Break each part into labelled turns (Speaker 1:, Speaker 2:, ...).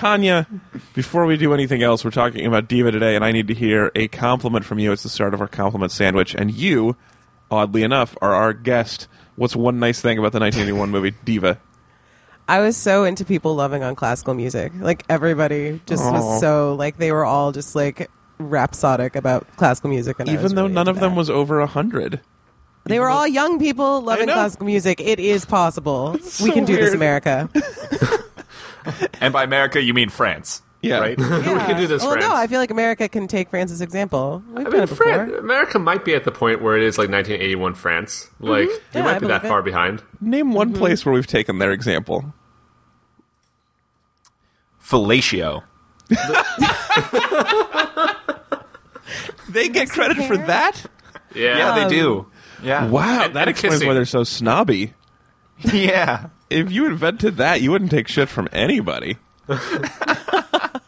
Speaker 1: Tanya, before we do anything else, we're talking about Diva today, and I need to hear a compliment from you. It's the start of our compliment sandwich, and you, oddly enough, are our guest. What's one nice thing about the 1981 movie Diva?
Speaker 2: I was so into people loving on classical music. Like everybody just
Speaker 1: Aw.
Speaker 2: was so like they were all just like rhapsodic about classical music. And I was
Speaker 1: Even though
Speaker 2: really
Speaker 1: none
Speaker 2: into
Speaker 1: of them
Speaker 2: that.
Speaker 1: was over a hundred.
Speaker 2: they were all young people loving
Speaker 1: know.
Speaker 2: classical music. It is possible.
Speaker 1: so
Speaker 2: we can do
Speaker 1: weird.
Speaker 2: this, America.
Speaker 3: And by America, you mean France.
Speaker 1: Yeah.
Speaker 3: Right?
Speaker 2: Yeah.
Speaker 4: can do this,
Speaker 2: Well, no,
Speaker 4: France.
Speaker 2: I feel like America can take France's example. We've
Speaker 4: I
Speaker 2: done
Speaker 4: mean,
Speaker 2: it before.
Speaker 4: Fran- America might be at the point where it is like 1981 France. Like, we
Speaker 2: Mm-hmm. Yeah,
Speaker 4: might
Speaker 2: I
Speaker 4: be that
Speaker 2: believe it.
Speaker 4: far behind.
Speaker 1: Name one place where we've taken their example.
Speaker 3: Fellatio.
Speaker 1: They get credit for
Speaker 2: Paris?
Speaker 1: that?
Speaker 4: Yeah.
Speaker 3: Yeah, they do.
Speaker 4: Oh.
Speaker 3: Yeah.
Speaker 1: Wow,
Speaker 4: And-
Speaker 1: that
Speaker 4: and
Speaker 1: explains
Speaker 4: kissing.
Speaker 1: why they're so snobby.
Speaker 3: yeah.
Speaker 1: If you invented that, you wouldn't take shit from anybody.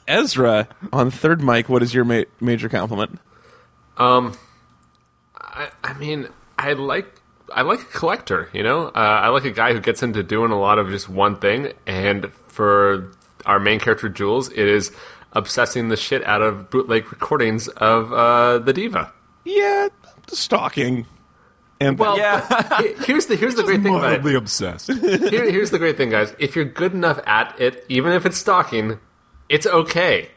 Speaker 1: Ezra, on third mic, what is your ma- major compliment?
Speaker 4: I, I mean, I like I like a collector. You know, uh, I like a guy who gets into doing a lot of just one thing. And for our main character Jules, it is obsessing the shit out of bootleg recordings of uh, the diva.
Speaker 1: Yeah, stalking. And
Speaker 4: Well,
Speaker 3: Yeah.
Speaker 4: but he- here's the here's the great thing about it.
Speaker 3: obsessed.
Speaker 4: Here, here's the great thing, guys. If you're good enough at it, even if it's stalking, it's okay.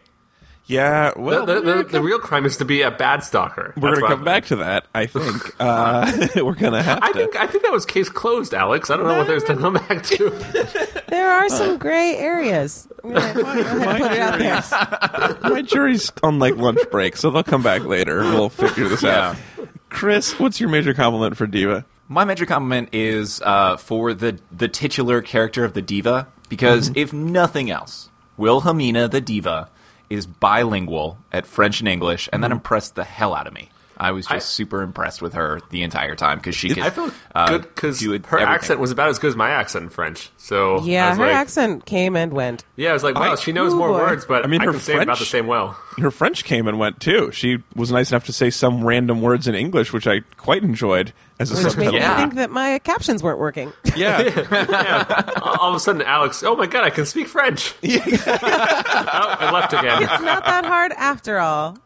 Speaker 1: yeah,
Speaker 4: The,
Speaker 1: well,
Speaker 4: the,
Speaker 1: Oh, we're
Speaker 4: the, the real crime is to be a bad stalker. That's
Speaker 1: going to
Speaker 4: what
Speaker 1: come
Speaker 4: I-
Speaker 1: back to that, I think. Uh, we're going to have
Speaker 4: I
Speaker 1: to.
Speaker 4: think I think that was case closed, Alex. I don't know what there's to come back to.
Speaker 2: There are some gray areas. I'm gonna- I'm gonna put it out there.
Speaker 1: My jury's on like lunch break, so they'll come back later. We'll figure this out. Chris, what's your major compliment for Diva?
Speaker 3: My major compliment is uh, for the the titular character of the diva, because
Speaker 4: Mm-hmm.
Speaker 3: if nothing else, Wilhelmina the diva is bilingual at French and English, and that impressed the hell out of me. I was just
Speaker 4: Mm-hmm. I-
Speaker 3: super impressed with her the entire time because she. Could,
Speaker 4: I feel
Speaker 3: uh,
Speaker 4: good because her
Speaker 3: do it- everything.
Speaker 4: accent was about as good as my accent in French. So I
Speaker 2: Yeah,
Speaker 4: was
Speaker 2: her
Speaker 4: like,
Speaker 2: accent came and went.
Speaker 4: Yeah, I was like, wow,
Speaker 1: I-
Speaker 4: she knows
Speaker 2: Ooh,
Speaker 4: more
Speaker 2: boy.
Speaker 4: words, but
Speaker 1: I
Speaker 4: I
Speaker 1: mean,
Speaker 4: mean, I
Speaker 1: her
Speaker 4: can say it about
Speaker 1: French-
Speaker 4: the same well.
Speaker 1: Her French came and went too. She was nice enough to say some random words in English, which I quite enjoyed as a
Speaker 2: Which made
Speaker 1: subtitle.
Speaker 2: me
Speaker 3: Yeah.
Speaker 2: think that my captions weren't working.
Speaker 1: Yeah,
Speaker 4: All all of a sudden, Alex, oh my god, I can speak French. oh, I left again.
Speaker 2: It's not that hard after all.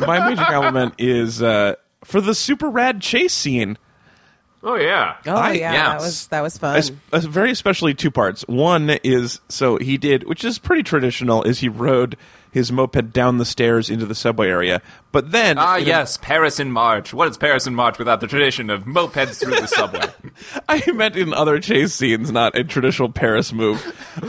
Speaker 1: my major compliment is uh, for the super rad chase scene.
Speaker 4: Oh yeah,
Speaker 2: Oh
Speaker 1: I-
Speaker 2: yeah,
Speaker 3: yeah.
Speaker 2: that was that was fun.
Speaker 1: Es- uh, very especially two parts. One is so he did, which is pretty traditional, is he rode his moped down the stairs into the subway area. But then,
Speaker 3: Ah,
Speaker 1: in a-
Speaker 3: yes, Paris in March. What is Paris in March without the tradition of mopeds through the subway?
Speaker 1: I meant in other chase scenes, not a traditional Paris move.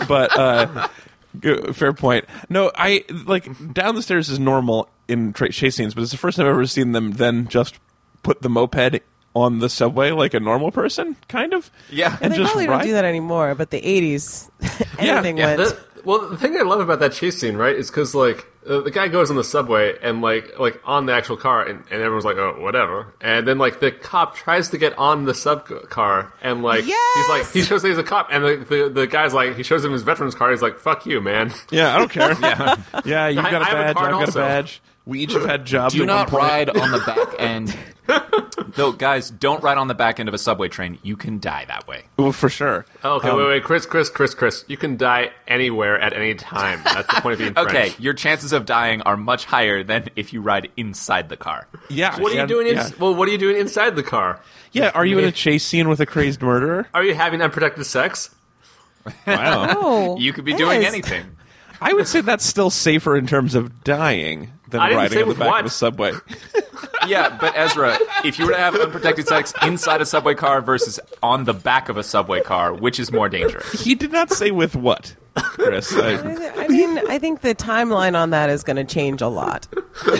Speaker 1: But uh, g- fair point. No, I like down the stairs is normal in tra- chase scenes, but it's the first time I've ever seen them then just put the moped on the subway like a normal person, kind of.
Speaker 3: Yeah.
Speaker 1: and
Speaker 2: they
Speaker 1: just
Speaker 2: probably
Speaker 1: ride.
Speaker 2: don't do that anymore, but the 80s,
Speaker 1: Yeah,
Speaker 2: anything
Speaker 1: yeah,
Speaker 2: went.
Speaker 4: The- well, the thing I love about that chase scene, right, is because like uh, the guy goes on the subway and like like on the actual car, and, and everyone's like, oh, whatever. And then like the cop tries to get on the sub car, and like he's like
Speaker 2: Yes!
Speaker 4: he shows that he's a cop, and the, the the guy's like he shows him his veterans card. He's like, fuck you, man.
Speaker 1: Yeah, I don't care. yeah, yeah, you've
Speaker 4: I-
Speaker 1: got a
Speaker 4: I have a
Speaker 1: badge.
Speaker 4: card
Speaker 1: I've got a
Speaker 4: also.
Speaker 1: badge. We each have had jobs.
Speaker 3: Do
Speaker 1: at
Speaker 3: not
Speaker 1: one point.
Speaker 3: ride on the back end. No, guys, don't ride on the back end of a subway train. You can die that way.
Speaker 1: Well, for sure.
Speaker 4: Oh,
Speaker 1: Um,
Speaker 4: Okay, wait, wait, Chris, Chris, Chris, Chris. You can die anywhere at any time. That's the point of being French.
Speaker 3: Okay, your chances of dying are much higher than if you ride inside the car.
Speaker 1: Yeah.
Speaker 4: What are you
Speaker 1: and-
Speaker 4: doing? In-
Speaker 1: Yeah.
Speaker 4: Well, what are you doing inside the car?
Speaker 1: yeah. Are you in a chase scene with a crazed murderer?
Speaker 4: Are you having unprotected sex?
Speaker 1: Wow.
Speaker 2: oh,
Speaker 3: You could be doing
Speaker 2: yes.
Speaker 3: anything.
Speaker 1: I would say that's still safer in terms of dying than
Speaker 4: I didn't
Speaker 1: riding
Speaker 4: say
Speaker 1: on the
Speaker 4: with
Speaker 1: back
Speaker 4: what.
Speaker 1: of a subway.
Speaker 3: Yeah, but Ezra, if you were to have unprotected sex inside a subway car versus on the back of a subway car, which is more dangerous?
Speaker 1: he did not say with what, Chris. I,
Speaker 2: I mean, I think the timeline on that is going to change a lot.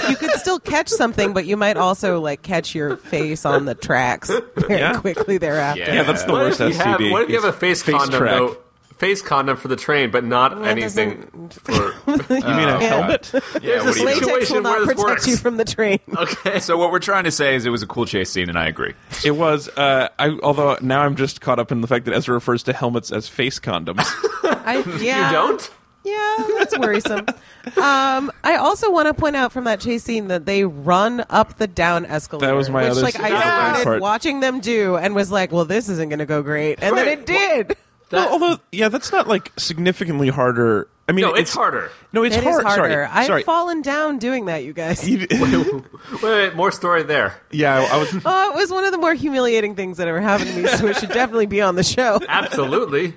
Speaker 2: You could still catch something, but you might also like catch your face on the tracks very
Speaker 1: Yeah.
Speaker 2: quickly thereafter.
Speaker 1: yeah, that's the worst
Speaker 4: if you have,
Speaker 1: STD.
Speaker 4: what if you have a face,
Speaker 1: Face
Speaker 4: condom
Speaker 1: track.
Speaker 4: though? Face condom for the train, but not
Speaker 2: that
Speaker 4: anything for.
Speaker 1: you mean a
Speaker 2: Yeah.
Speaker 4: Uh,
Speaker 1: helmet?
Speaker 3: Yeah,
Speaker 4: There's
Speaker 3: what
Speaker 4: this
Speaker 3: do you do?
Speaker 4: lady-
Speaker 2: Latex
Speaker 4: Situation
Speaker 2: will not
Speaker 4: where this
Speaker 2: protect
Speaker 4: works.
Speaker 2: you from the train.
Speaker 4: okay.
Speaker 3: So what we're trying to say is it was a cool chase scene, and I agree.
Speaker 1: It was. Uh, I, although now I'm just caught up in the fact that Ezra refers to helmets as face condoms.
Speaker 2: I, yeah.
Speaker 4: You don't?
Speaker 2: Yeah, that's worrisome. um, I also want to point out from that chase scene that they run up the down escalator.
Speaker 1: That was my
Speaker 2: which,
Speaker 1: other
Speaker 2: like, I
Speaker 1: s-
Speaker 4: Yeah.
Speaker 2: started
Speaker 1: part.
Speaker 2: watching them do and was like, well, this isn't going to go great. And
Speaker 4: Right.
Speaker 2: then it did.
Speaker 1: Well, although, yeah, that's not like significantly harder I mean,
Speaker 4: No, it's, harder.
Speaker 1: No, it's
Speaker 2: It is
Speaker 1: hard.
Speaker 2: harder.
Speaker 1: Sorry,
Speaker 2: I've
Speaker 1: sorry.
Speaker 2: fallen down doing that, you guys.
Speaker 4: Wait, wait, more story there.
Speaker 1: yeah, I- I was.
Speaker 2: Oh, it was one of the more humiliating things that ever happened to me, so it should definitely be on the show.
Speaker 4: Absolutely.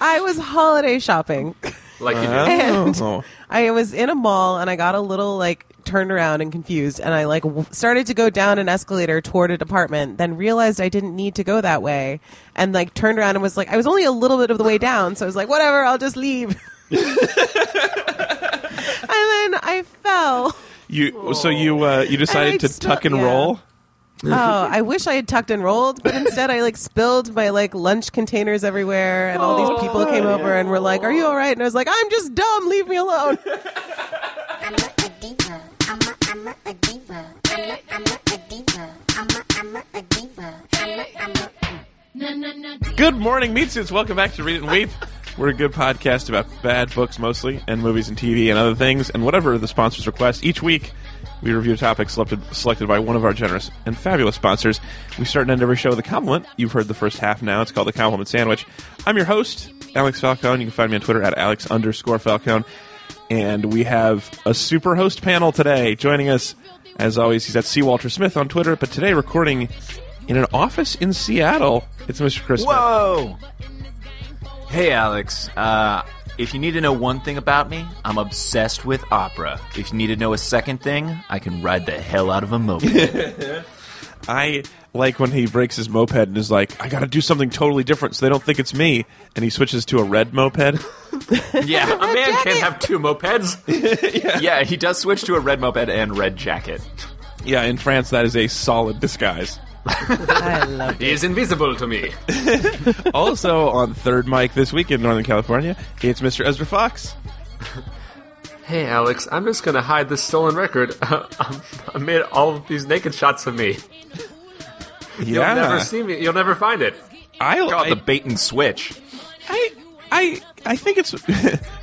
Speaker 2: I was holiday shopping.
Speaker 4: Like you do.
Speaker 2: And
Speaker 1: Oh.
Speaker 2: I was in a mall and I got a little like turned around and confused and I like w- started to go down an escalator toward a department then realized I didn't need to go that way and like turned around and was like I was only a little bit of the way down so I was like whatever I'll just leave. and then I fell.
Speaker 1: You so you uh, you decided
Speaker 2: And I
Speaker 1: to
Speaker 2: still-
Speaker 1: tuck and
Speaker 2: yeah.
Speaker 1: roll.
Speaker 2: Oh, I wish I had tucked and rolled, but instead I like spilled my like lunch containers everywhere, and all these people came over and were like, "Are you all right?" And I was like, "I'm just dumb. Leave me alone."
Speaker 5: I'm a, a diva. I'm a, I'm a, a diva. I'm a, I'm a, a diva. I'm a, I'm a, a diva. I'm a, I'm a.
Speaker 1: Good morning, meat suits. Welcome back to Read It and Weep. We're a good podcast about bad books mostly, and movies and TV and other things, and whatever the sponsors request. Each week, we review a topic selected, selected by one of our generous and fabulous sponsors. We start and end every show with a compliment. You've heard the first half now. It's called the compliment sandwich. I'm your host, Alex Falcone. You can find me on Twitter at Alex underscore Falcone. And we have a super host panel today joining us. As always, he's at C. Walter Smith on Twitter, but today recording in an office in Seattle. It's Mr. Chris. Smith.
Speaker 3: Whoa! Hey, Alex. Uh, if you need to know one thing about me, I'm obsessed with opera. If you need to know a second thing, I can ride the hell out of a moped.
Speaker 1: I like when he breaks his moped and is like, I gotta do something totally different so they don't think it's me. And he switches to a red moped.
Speaker 3: yeah,
Speaker 4: A man can't have two mopeds.
Speaker 3: yeah. He does switch to a red moped and red jacket.
Speaker 1: yeah, in France, that is a solid disguise.
Speaker 2: I love
Speaker 4: He is invisible to me.
Speaker 1: also on Third Mic this week in Northern California, it's Mr. Ezra Fox.
Speaker 4: Hey, Alex, I'm just gonna hide this stolen record. I made all of these naked shots of me. You'll
Speaker 1: Yeah.
Speaker 4: never see me. You'll never find it.
Speaker 1: I,
Speaker 3: Called the
Speaker 1: I,
Speaker 3: bait and switch.
Speaker 1: I, I, I think it's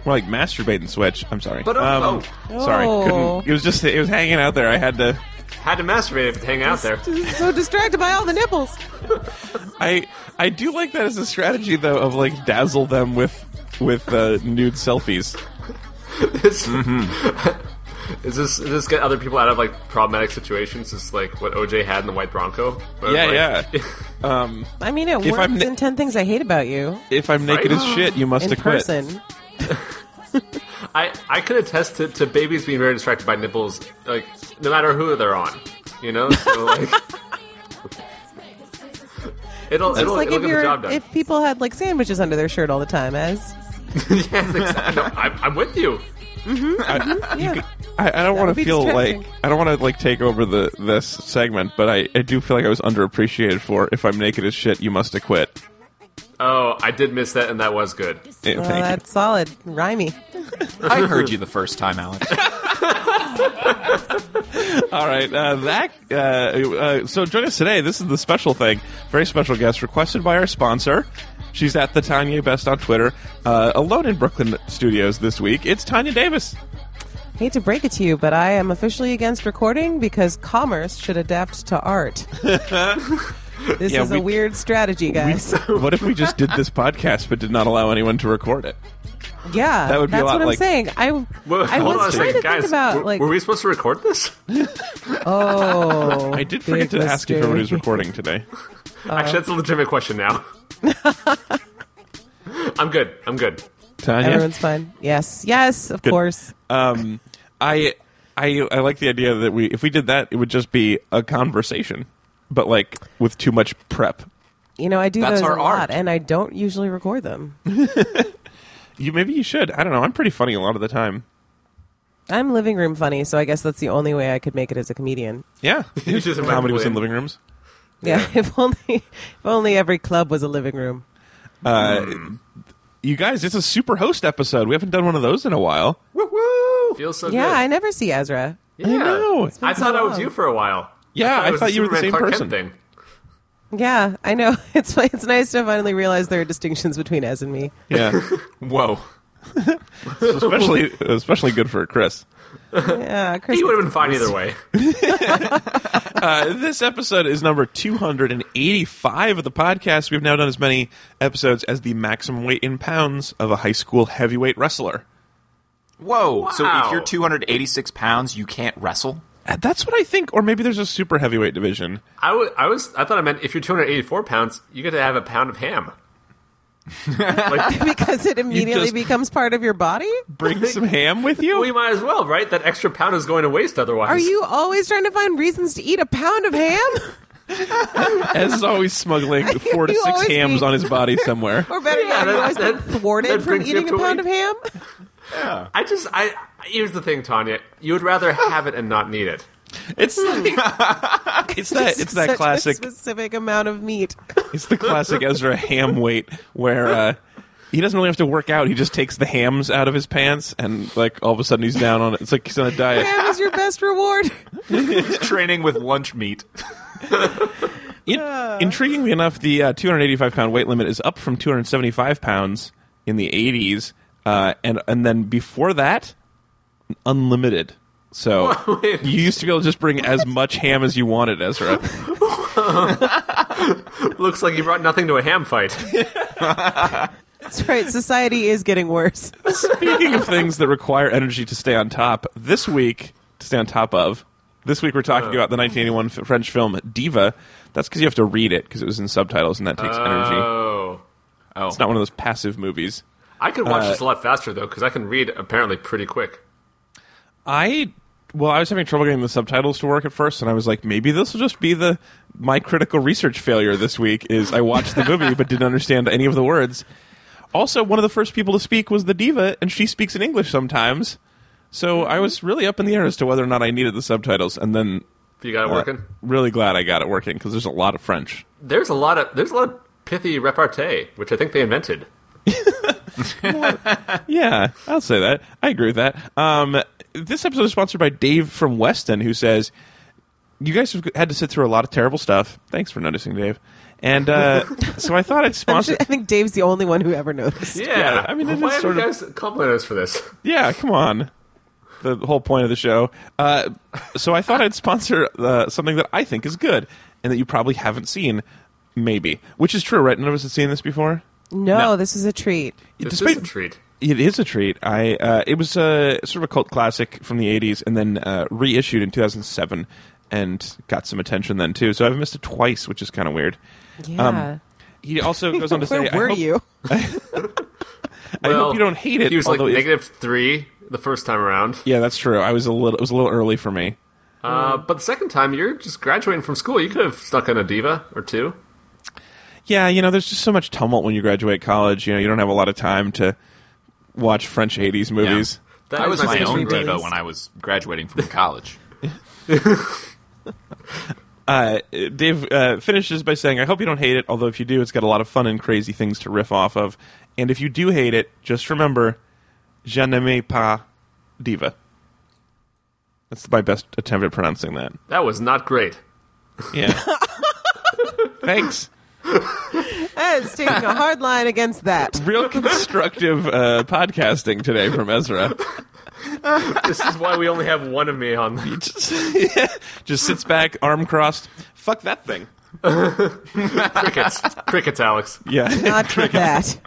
Speaker 1: more like masturbate and switch. I'm sorry.
Speaker 4: But, oh,
Speaker 1: oh. sorry,
Speaker 2: Oh.
Speaker 1: couldn't. It was just it was hanging out there. I had to.
Speaker 4: Had to masturbate if it's hanging out there.
Speaker 2: it. So distracted by all the nipples.
Speaker 1: I I do like that as a strategy though of like dazzle them with with uh, nude selfies.
Speaker 4: Is
Speaker 2: Mm-hmm.
Speaker 4: is this is this get other people out of like problematic situations? Is like what OJ had in the White Bronco? Where,
Speaker 1: Yeah,
Speaker 4: like,
Speaker 1: yeah. Um,
Speaker 2: I mean, it
Speaker 1: If
Speaker 2: works
Speaker 1: I'm ni-
Speaker 2: in ten things I hate about you
Speaker 1: If I'm naked as shit, you must
Speaker 2: in
Speaker 1: have quit.
Speaker 2: person.
Speaker 4: I I could attest to, to babies being very distracted by nipples, like no matter who they're on, you know. So like, it'll
Speaker 2: It's
Speaker 4: it'll,
Speaker 2: like
Speaker 4: it'll
Speaker 2: if
Speaker 4: get the job
Speaker 2: you're
Speaker 4: done.
Speaker 2: if people had like sandwiches under their shirt all the time, as
Speaker 4: yes, exactly. No, I'm, I'm with you.
Speaker 2: yeah.
Speaker 1: I, I don't want
Speaker 2: would
Speaker 1: to
Speaker 2: be
Speaker 1: feel
Speaker 2: distracting.
Speaker 1: like I don't want to like take over the this segment, but I, I do feel like I was underappreciated for if I'm naked as shit, you must have quit.
Speaker 4: Oh, I did miss that, and that was good.
Speaker 1: Eh,
Speaker 2: Well,
Speaker 1: thank you.
Speaker 2: that's solid, rhymey.
Speaker 3: I heard you the first time, Alex.
Speaker 1: All right, uh, that. Uh, uh, so join us today. This is the special thing. Very special guest requested by our sponsor. She's at the Tanya Best on Twitter. Uh, alone in Brooklyn studios this week. It's Tanya Davis.
Speaker 2: Hate to break it to you, but I am officially against recording because commerce should adapt to art. this
Speaker 1: Yeah,
Speaker 2: is
Speaker 1: we-
Speaker 2: a weird strategy, guys.
Speaker 1: What if we just did this podcast but did not allow anyone to record it?
Speaker 2: yeah,
Speaker 1: That would be a
Speaker 2: that's
Speaker 1: lot
Speaker 2: what I'm
Speaker 1: like-
Speaker 2: saying. I,
Speaker 4: Well,
Speaker 2: I
Speaker 4: hold on a
Speaker 2: was trying to
Speaker 4: second, guys.
Speaker 2: think about
Speaker 4: were,
Speaker 2: like
Speaker 4: were we supposed to record this?
Speaker 2: oh,
Speaker 1: I did
Speaker 2: big
Speaker 1: forget to ask if
Speaker 2: mistake.
Speaker 1: everybody was recording today.
Speaker 4: Actually, that's a legitimate question now. I'm good. I'm good.
Speaker 1: Tanya,
Speaker 2: Everyone's fine. Yes, yes, of course.
Speaker 1: um, I, I, I like the idea that we, if we did that, it would just be a conversation, but like with too much prep.
Speaker 2: You know, I do
Speaker 3: That's
Speaker 2: those a
Speaker 3: our art.
Speaker 2: lot, and I don't usually record them.
Speaker 1: You maybe you should. I don't know. I'm pretty funny a lot of the time.
Speaker 2: I'm living room funny, so I guess that's the only way I could make it as a comedian.
Speaker 1: Yeah,
Speaker 4: You just
Speaker 1: comedy was in
Speaker 4: imagine-
Speaker 1: living rooms.
Speaker 2: Yeah, if only if only every club was a living room.
Speaker 1: You guys, it's a super host episode. We haven't done one of those in a while.
Speaker 4: Feels so
Speaker 2: Yeah, I
Speaker 4: good.
Speaker 2: never see Ezra.
Speaker 4: yeah,
Speaker 1: know. It's
Speaker 2: been
Speaker 4: I
Speaker 2: so
Speaker 4: thought I was
Speaker 2: long.
Speaker 4: you for a while.
Speaker 1: Yeah, I
Speaker 4: it was
Speaker 1: thought
Speaker 4: a
Speaker 1: you were the
Speaker 4: Superman
Speaker 1: same
Speaker 4: Clark
Speaker 1: person.
Speaker 4: Kent Thing.
Speaker 2: Yeah, I know. It's it's nice to finally realize there are distinctions between Ez and me.
Speaker 1: Yeah,
Speaker 3: Whoa.
Speaker 1: especially especially good for Chris.
Speaker 2: Yeah, Chris.
Speaker 4: He would have been fine either way.
Speaker 1: Uh, this episode is number 285 of the podcast. We've now done as many episodes as the maximum weight in pounds of a high school heavyweight wrestler.
Speaker 3: Whoa! So if
Speaker 4: Wow.
Speaker 3: you're 286 pounds, you can't wrestle.
Speaker 1: Uh, That's what I think, or maybe there's a super heavyweight division.
Speaker 4: I wa- I was I thought I meant if you're 284 pounds, you get to have a pound of ham. like,
Speaker 2: because it immediately
Speaker 1: just-
Speaker 2: becomes part of your body.
Speaker 1: Bring some ham with you.
Speaker 4: we might as well, right? That extra pound is going to waste otherwise.
Speaker 2: Are you always trying to find reasons to eat a pound of ham?
Speaker 1: As is always smuggling four to
Speaker 2: You
Speaker 1: six
Speaker 2: always Hmm.
Speaker 1: hams
Speaker 2: be-
Speaker 1: on his body somewhere.
Speaker 2: Or better
Speaker 4: Yeah,
Speaker 2: yet, have you
Speaker 4: that-
Speaker 2: always been
Speaker 4: that-
Speaker 2: thwarted
Speaker 4: that
Speaker 2: from
Speaker 4: brings you
Speaker 2: eating
Speaker 4: up
Speaker 2: a
Speaker 4: to
Speaker 2: pound
Speaker 4: weight.
Speaker 2: of ham?
Speaker 4: I just I here's the thing, Tanya. You would rather have it and not need it.
Speaker 1: It's like, it's that it's
Speaker 2: Such
Speaker 1: that
Speaker 2: a
Speaker 1: classic
Speaker 2: specific amount of meat.
Speaker 1: it's the classic Ezra ham weight where uh, he doesn't really have to work out. He just takes the hams out of his pants and like all of a sudden he's down on it. It's like he's on a diet.
Speaker 2: ham is your best reward.
Speaker 3: Training with lunch meat.
Speaker 1: In- intriguingly enough, the uh, 285 pound weight limit is up from 275 pounds in the 80s, uh, and and then before that, unlimited. So
Speaker 4: Wait.
Speaker 1: you used to be able to just bring as much ham as you wanted, Ezra.
Speaker 4: Looks like you brought nothing to a ham fight.
Speaker 2: That's right. Society is getting worse.
Speaker 1: Speaking of things that require energy to stay on top, this week to stay on top of. This week we're talking about the 1981 f- French film Diva. That's because you have to read it because it was in subtitles and that takes energy.
Speaker 4: Oh.
Speaker 3: Oh,
Speaker 1: It's not one of those passive movies.
Speaker 4: I could watch
Speaker 1: Uh,
Speaker 4: this a lot faster though, because I can read apparently pretty quick.
Speaker 1: I well, I was having trouble getting the subtitles to work at first, and I was like, maybe this will just be the my critical research failure this week is I watched the movie but didn't understand any of the words. Also, one of the first people to speak was the diva, and she speaks in English sometimes. So I was really up in the air as to whether or not I needed the subtitles, and then uh,
Speaker 4: You got it working.
Speaker 1: really glad I got it working because there's a lot of French.
Speaker 4: There's a lot of there's a lot of pithy repartee, which I think they invented.
Speaker 1: Yeah, I'll say that. I agree with that. Um, this episode is sponsored by Dave from Weston, who says, "You guys have had to sit through a lot of terrible stuff. Thanks for noticing, Dave." And uh, so I thought I'd
Speaker 2: I'm
Speaker 1: sponsor.
Speaker 2: sure- I think Dave's the only one who ever noticed.
Speaker 4: Yeah.
Speaker 1: I mean, it is
Speaker 4: why are
Speaker 1: sort
Speaker 4: you
Speaker 1: of-
Speaker 4: guys complimenting us for this?
Speaker 1: Yeah, come on. The whole point of the show. Uh, so I thought I'd sponsor uh, something that I think is good and that you probably haven't seen, maybe. Which is true, right? None of us have seen this before.
Speaker 2: No, this is a treat.
Speaker 4: This
Speaker 1: Despite-
Speaker 4: is a treat.
Speaker 1: It is a treat. I uh, it was a sort of a cult classic from the '80s, and then uh, reissued in 2007, and got some attention then too. So I've missed it twice, which is kind of weird.
Speaker 2: Yeah.
Speaker 1: He also goes on Um, to
Speaker 2: Where
Speaker 1: say,
Speaker 2: were
Speaker 1: I hope,
Speaker 2: you?
Speaker 1: I hope you don't hate it."
Speaker 4: He was like
Speaker 1: although if-
Speaker 4: negative three the first time around,
Speaker 1: yeah, that's true. I was a little. It was a little early for me.
Speaker 4: uh, but the second time you're just graduating from school. You could have stuck in a diva or two.
Speaker 1: Yeah, you know, there's just so much tumult when you graduate college. You know, you don't have a lot of time to watch French '80s movies.
Speaker 4: That
Speaker 3: I was
Speaker 4: is
Speaker 3: my own
Speaker 4: favorite
Speaker 3: diva
Speaker 4: race.
Speaker 3: when I was graduating from college.
Speaker 1: Uh, Dave uh, finishes by saying, "I hope you don't hate it. Although if you do, it's got a lot of fun and crazy things to riff off of. And if you do hate it, just remember, je n'aimais pas diva." That's my best attempt at pronouncing that.
Speaker 4: That was not great.
Speaker 1: Yeah. Thanks.
Speaker 2: That's taking a hard line against that.
Speaker 1: Real constructive uh, podcasting today from Ezra.
Speaker 4: This is why we only have one of me on.
Speaker 1: He just, just sits back, arm crossed. Fuck that thing.
Speaker 4: Crickets, crickets, Alex.
Speaker 1: Yeah.
Speaker 2: Not for that.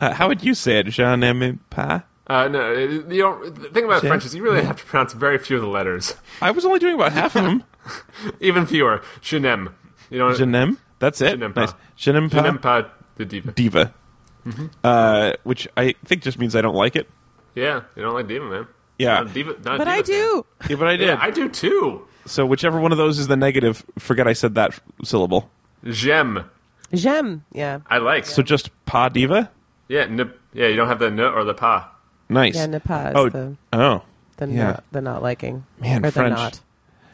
Speaker 1: Uh, how would you say it? Je n'aimais pas.
Speaker 4: Uh, no, you don't. The thing about
Speaker 1: Yeah.
Speaker 4: French is you really have to pronounce very few of the letters,
Speaker 1: I was only doing about half of them.
Speaker 4: even fewer. Je n'aime. You know,
Speaker 1: Je n'aime. That's it.
Speaker 4: Je n'aime
Speaker 1: nice.
Speaker 4: pas.
Speaker 1: Je n'aime
Speaker 4: je
Speaker 1: pas.
Speaker 4: n'aime pas the diva.
Speaker 1: diva, uh, which I think just means I don't like it.
Speaker 4: yeah, you don't like diva, man.
Speaker 1: Yeah.
Speaker 4: Not a diva, not a
Speaker 2: But I
Speaker 4: diva fan.
Speaker 2: do.
Speaker 1: Yeah, but I did.
Speaker 4: Yeah, I do too.
Speaker 1: so whichever one of those is the negative, forget I said that syllable.
Speaker 4: J'aime.
Speaker 2: J'aime. Yeah.
Speaker 4: I like.
Speaker 1: So just pa diva.
Speaker 4: yeah, ne, yeah. You don't have the ne or the pa.
Speaker 1: Nice.
Speaker 2: Yeah, ne pas is
Speaker 1: oh,
Speaker 2: the-
Speaker 1: oh,
Speaker 2: The,
Speaker 1: Yeah.
Speaker 2: not, the not liking.
Speaker 1: Man,
Speaker 2: or
Speaker 1: French.
Speaker 2: the not.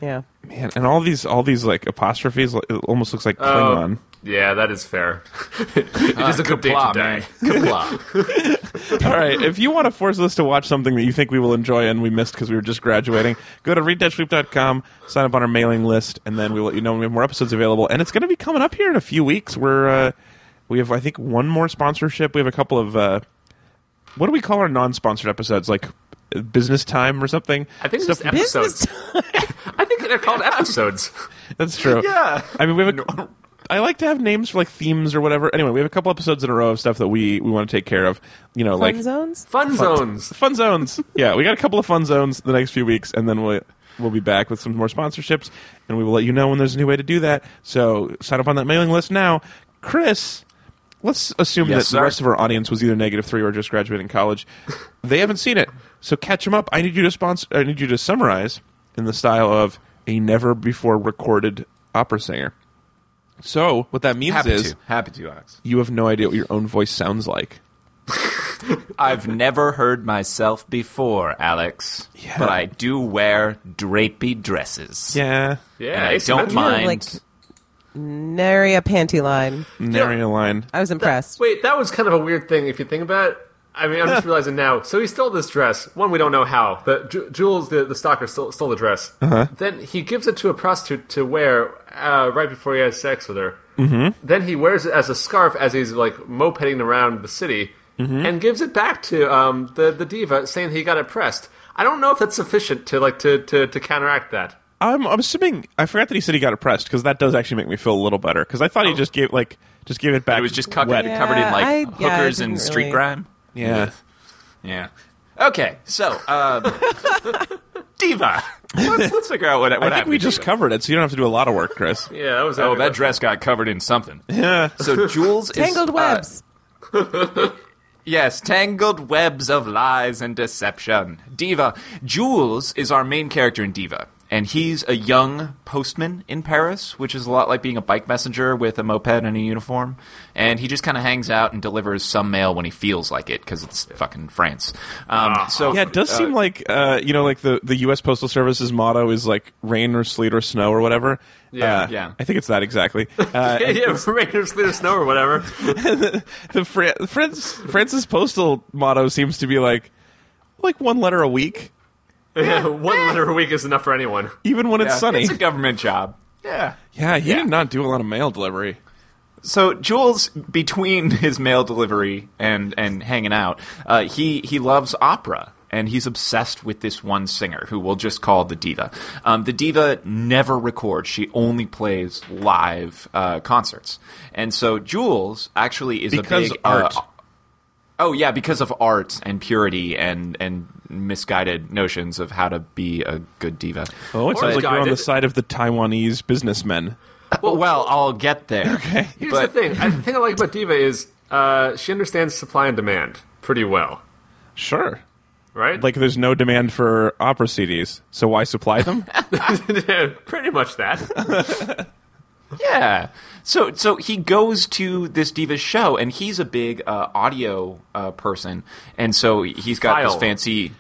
Speaker 2: Yeah.
Speaker 1: man, and all these, all these like apostrophes, like, it almost looks like Klingon.
Speaker 4: Oh. Yeah, that is fair. it is a good day
Speaker 3: Kapla, Ah,
Speaker 4: to
Speaker 3: man.
Speaker 4: die.
Speaker 3: Kapla.
Speaker 1: all right, if you want to force us to watch something that you think we will enjoy and we missed because we were just graduating, go to read-weep.com, sign up on our mailing list, and then we'll let you know when we have more episodes available. And it's going to be coming up here in a few weeks. We're uh, we have I think one more sponsorship. We have a couple of. Uh, what do we call our non-sponsored episodes? Like uh, business time or something.
Speaker 4: I think
Speaker 1: Stuff-
Speaker 4: it's episodes.
Speaker 2: Business-
Speaker 4: I think they're called episodes.
Speaker 1: That's true.
Speaker 3: Yeah.
Speaker 1: I mean, we have. A, I like to have names for like themes or whatever. Anyway, we have a couple episodes in a row of stuff that we we want to take care of. You know,
Speaker 2: Fun
Speaker 1: like
Speaker 2: zones.
Speaker 4: Fun zones.
Speaker 1: fun zones. yeah, we got a couple of fun zones the next few weeks, and then we'll we'll be back with some more sponsorships, and we will let you know when there's a new way to do that. So sign up on that mailing list now, Chris. Let's assume
Speaker 3: Yes,
Speaker 1: that
Speaker 3: sir.
Speaker 1: the rest of our audience was either negative three or just graduating college. they haven't seen it, so catch them up. I need you to sponsor. I need you to summarize in the style of a never before recorded opera singer. So what that means
Speaker 3: Happy
Speaker 1: is
Speaker 3: to. Happy to, Alex.
Speaker 1: you have no idea what your own voice sounds like.
Speaker 3: I've never heard myself before, Alex.
Speaker 1: Yeah.
Speaker 3: But I do wear drapey dresses.
Speaker 1: Yeah,
Speaker 4: Yeah,
Speaker 3: And I don't
Speaker 4: asymmetrical.
Speaker 3: mind.
Speaker 2: like- Nary a panty line.
Speaker 1: nary a line.
Speaker 2: I was impressed.
Speaker 4: Wait, that was kind of a weird thing if you think about it. I mean, I'm just realizing now. So he stole this dress. One, we don't know how. The, Ju- Jules, the, the stalker, stole, stole the dress.
Speaker 3: Uh-huh.
Speaker 4: Then he gives it to a prostitute to wear uh, right before he has sex with her. Mm-hmm. Then he wears it as a scarf as he's like mopeding around the city
Speaker 3: Mm-hmm.
Speaker 4: and gives it back to um, the, the diva saying he got it pressed. I don't know if that's sufficient to like to, to, to counteract that.
Speaker 1: I'm, I'm assuming I forgot that he said he got it pressed because that does actually make me feel a little better because I thought he just gave like just gave it back.
Speaker 3: Oh. It was just covered,
Speaker 1: wet.
Speaker 2: Yeah,
Speaker 3: covered in like
Speaker 2: I- yeah, I
Speaker 3: hookers
Speaker 2: didn't
Speaker 3: and street
Speaker 2: really-
Speaker 3: grime.
Speaker 1: Yeah.
Speaker 3: Yeah. Okay, so um, diva. Let's, let's figure out what what
Speaker 1: I think
Speaker 3: happened
Speaker 1: we
Speaker 3: to
Speaker 1: just
Speaker 3: Diva.
Speaker 1: covered it, so you don't have to do a lot of work, Chris.
Speaker 4: Yeah, that was.
Speaker 3: Oh, that dress got covered in something.
Speaker 1: Yeah,
Speaker 3: So Jules is
Speaker 2: Tangled
Speaker 3: uh,
Speaker 2: webs.
Speaker 3: Yes, tangled webs of lies and deception. Diva. Jules is our main character in Diva, and he's a young postman in Paris, which is a lot like being a bike messenger with a moped and a uniform. And he just kind of hangs out and delivers some mail when he feels like it, because it's fucking France. Um, so
Speaker 1: Ah. yeah. It does
Speaker 3: uh,
Speaker 1: seem like uh, you know, like the the U.S. Postal Service's motto is like rain or sleet or snow or whatever.
Speaker 4: Yeah,
Speaker 1: Uh,
Speaker 3: yeah.
Speaker 1: I think it's that exactly. Uh,
Speaker 4: yeah,
Speaker 1: and
Speaker 4: yeah, rain or sleet or snow or whatever.
Speaker 1: the Fra- France France's postal motto seems to be like like one letter a week,
Speaker 4: yeah, one letter a week is enough for anyone.
Speaker 1: even when
Speaker 3: yeah,
Speaker 1: it's sunny.
Speaker 3: uh, It's a government job. Yeah.
Speaker 1: yeah, he
Speaker 3: yeah.
Speaker 1: did not do a lot of mail delivery.
Speaker 3: So Jules, between his mail delivery and and hanging out, uh, he he loves opera and he's obsessed with this one singer who we'll just call the diva. Um, the diva never records; she only plays live uh, concerts. And so Jules actually is
Speaker 1: Because
Speaker 3: a big
Speaker 1: art.
Speaker 3: Uh, Oh yeah, because of art and purity and and misguided notions of how to be a good diva.
Speaker 1: Oh, it
Speaker 4: Or
Speaker 1: sounds like you're on the
Speaker 4: guided.
Speaker 1: side of the Taiwanese businessmen.
Speaker 3: well, well, I'll get there. Okay,
Speaker 4: Here's the thing. I, the thing I like about Diva is uh, she understands supply and demand pretty well,
Speaker 1: Sure.
Speaker 4: right?
Speaker 1: like there's no demand for opera CDs, so why supply them?
Speaker 4: Yeah, pretty much that.
Speaker 3: Yeah. So so he goes to this diva's show, and he's a big uh, audio uh, person, and so he's got
Speaker 4: File.
Speaker 3: this fancy,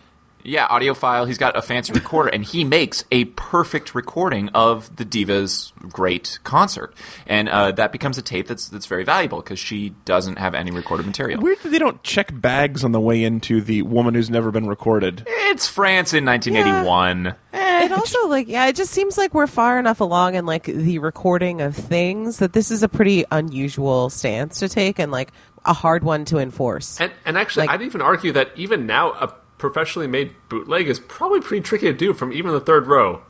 Speaker 3: yeah, audio file. He's got a fancy recorder, and he makes a perfect recording of the diva's great concert, and uh, that becomes a tape that's that's very valuable because she doesn't have any recorded material.
Speaker 1: Weird that they don't check bags on the way into the woman who's never been recorded.
Speaker 3: it's France in 1981.
Speaker 2: It also like yeah, it just seems like we're far enough along in like the recording of things that this is a pretty unusual stance to take and like a hard one to enforce.
Speaker 4: And, and actually,
Speaker 2: Like-
Speaker 4: I'd even argue that even now, a professionally made bootleg is probably pretty tricky to do from even the third row.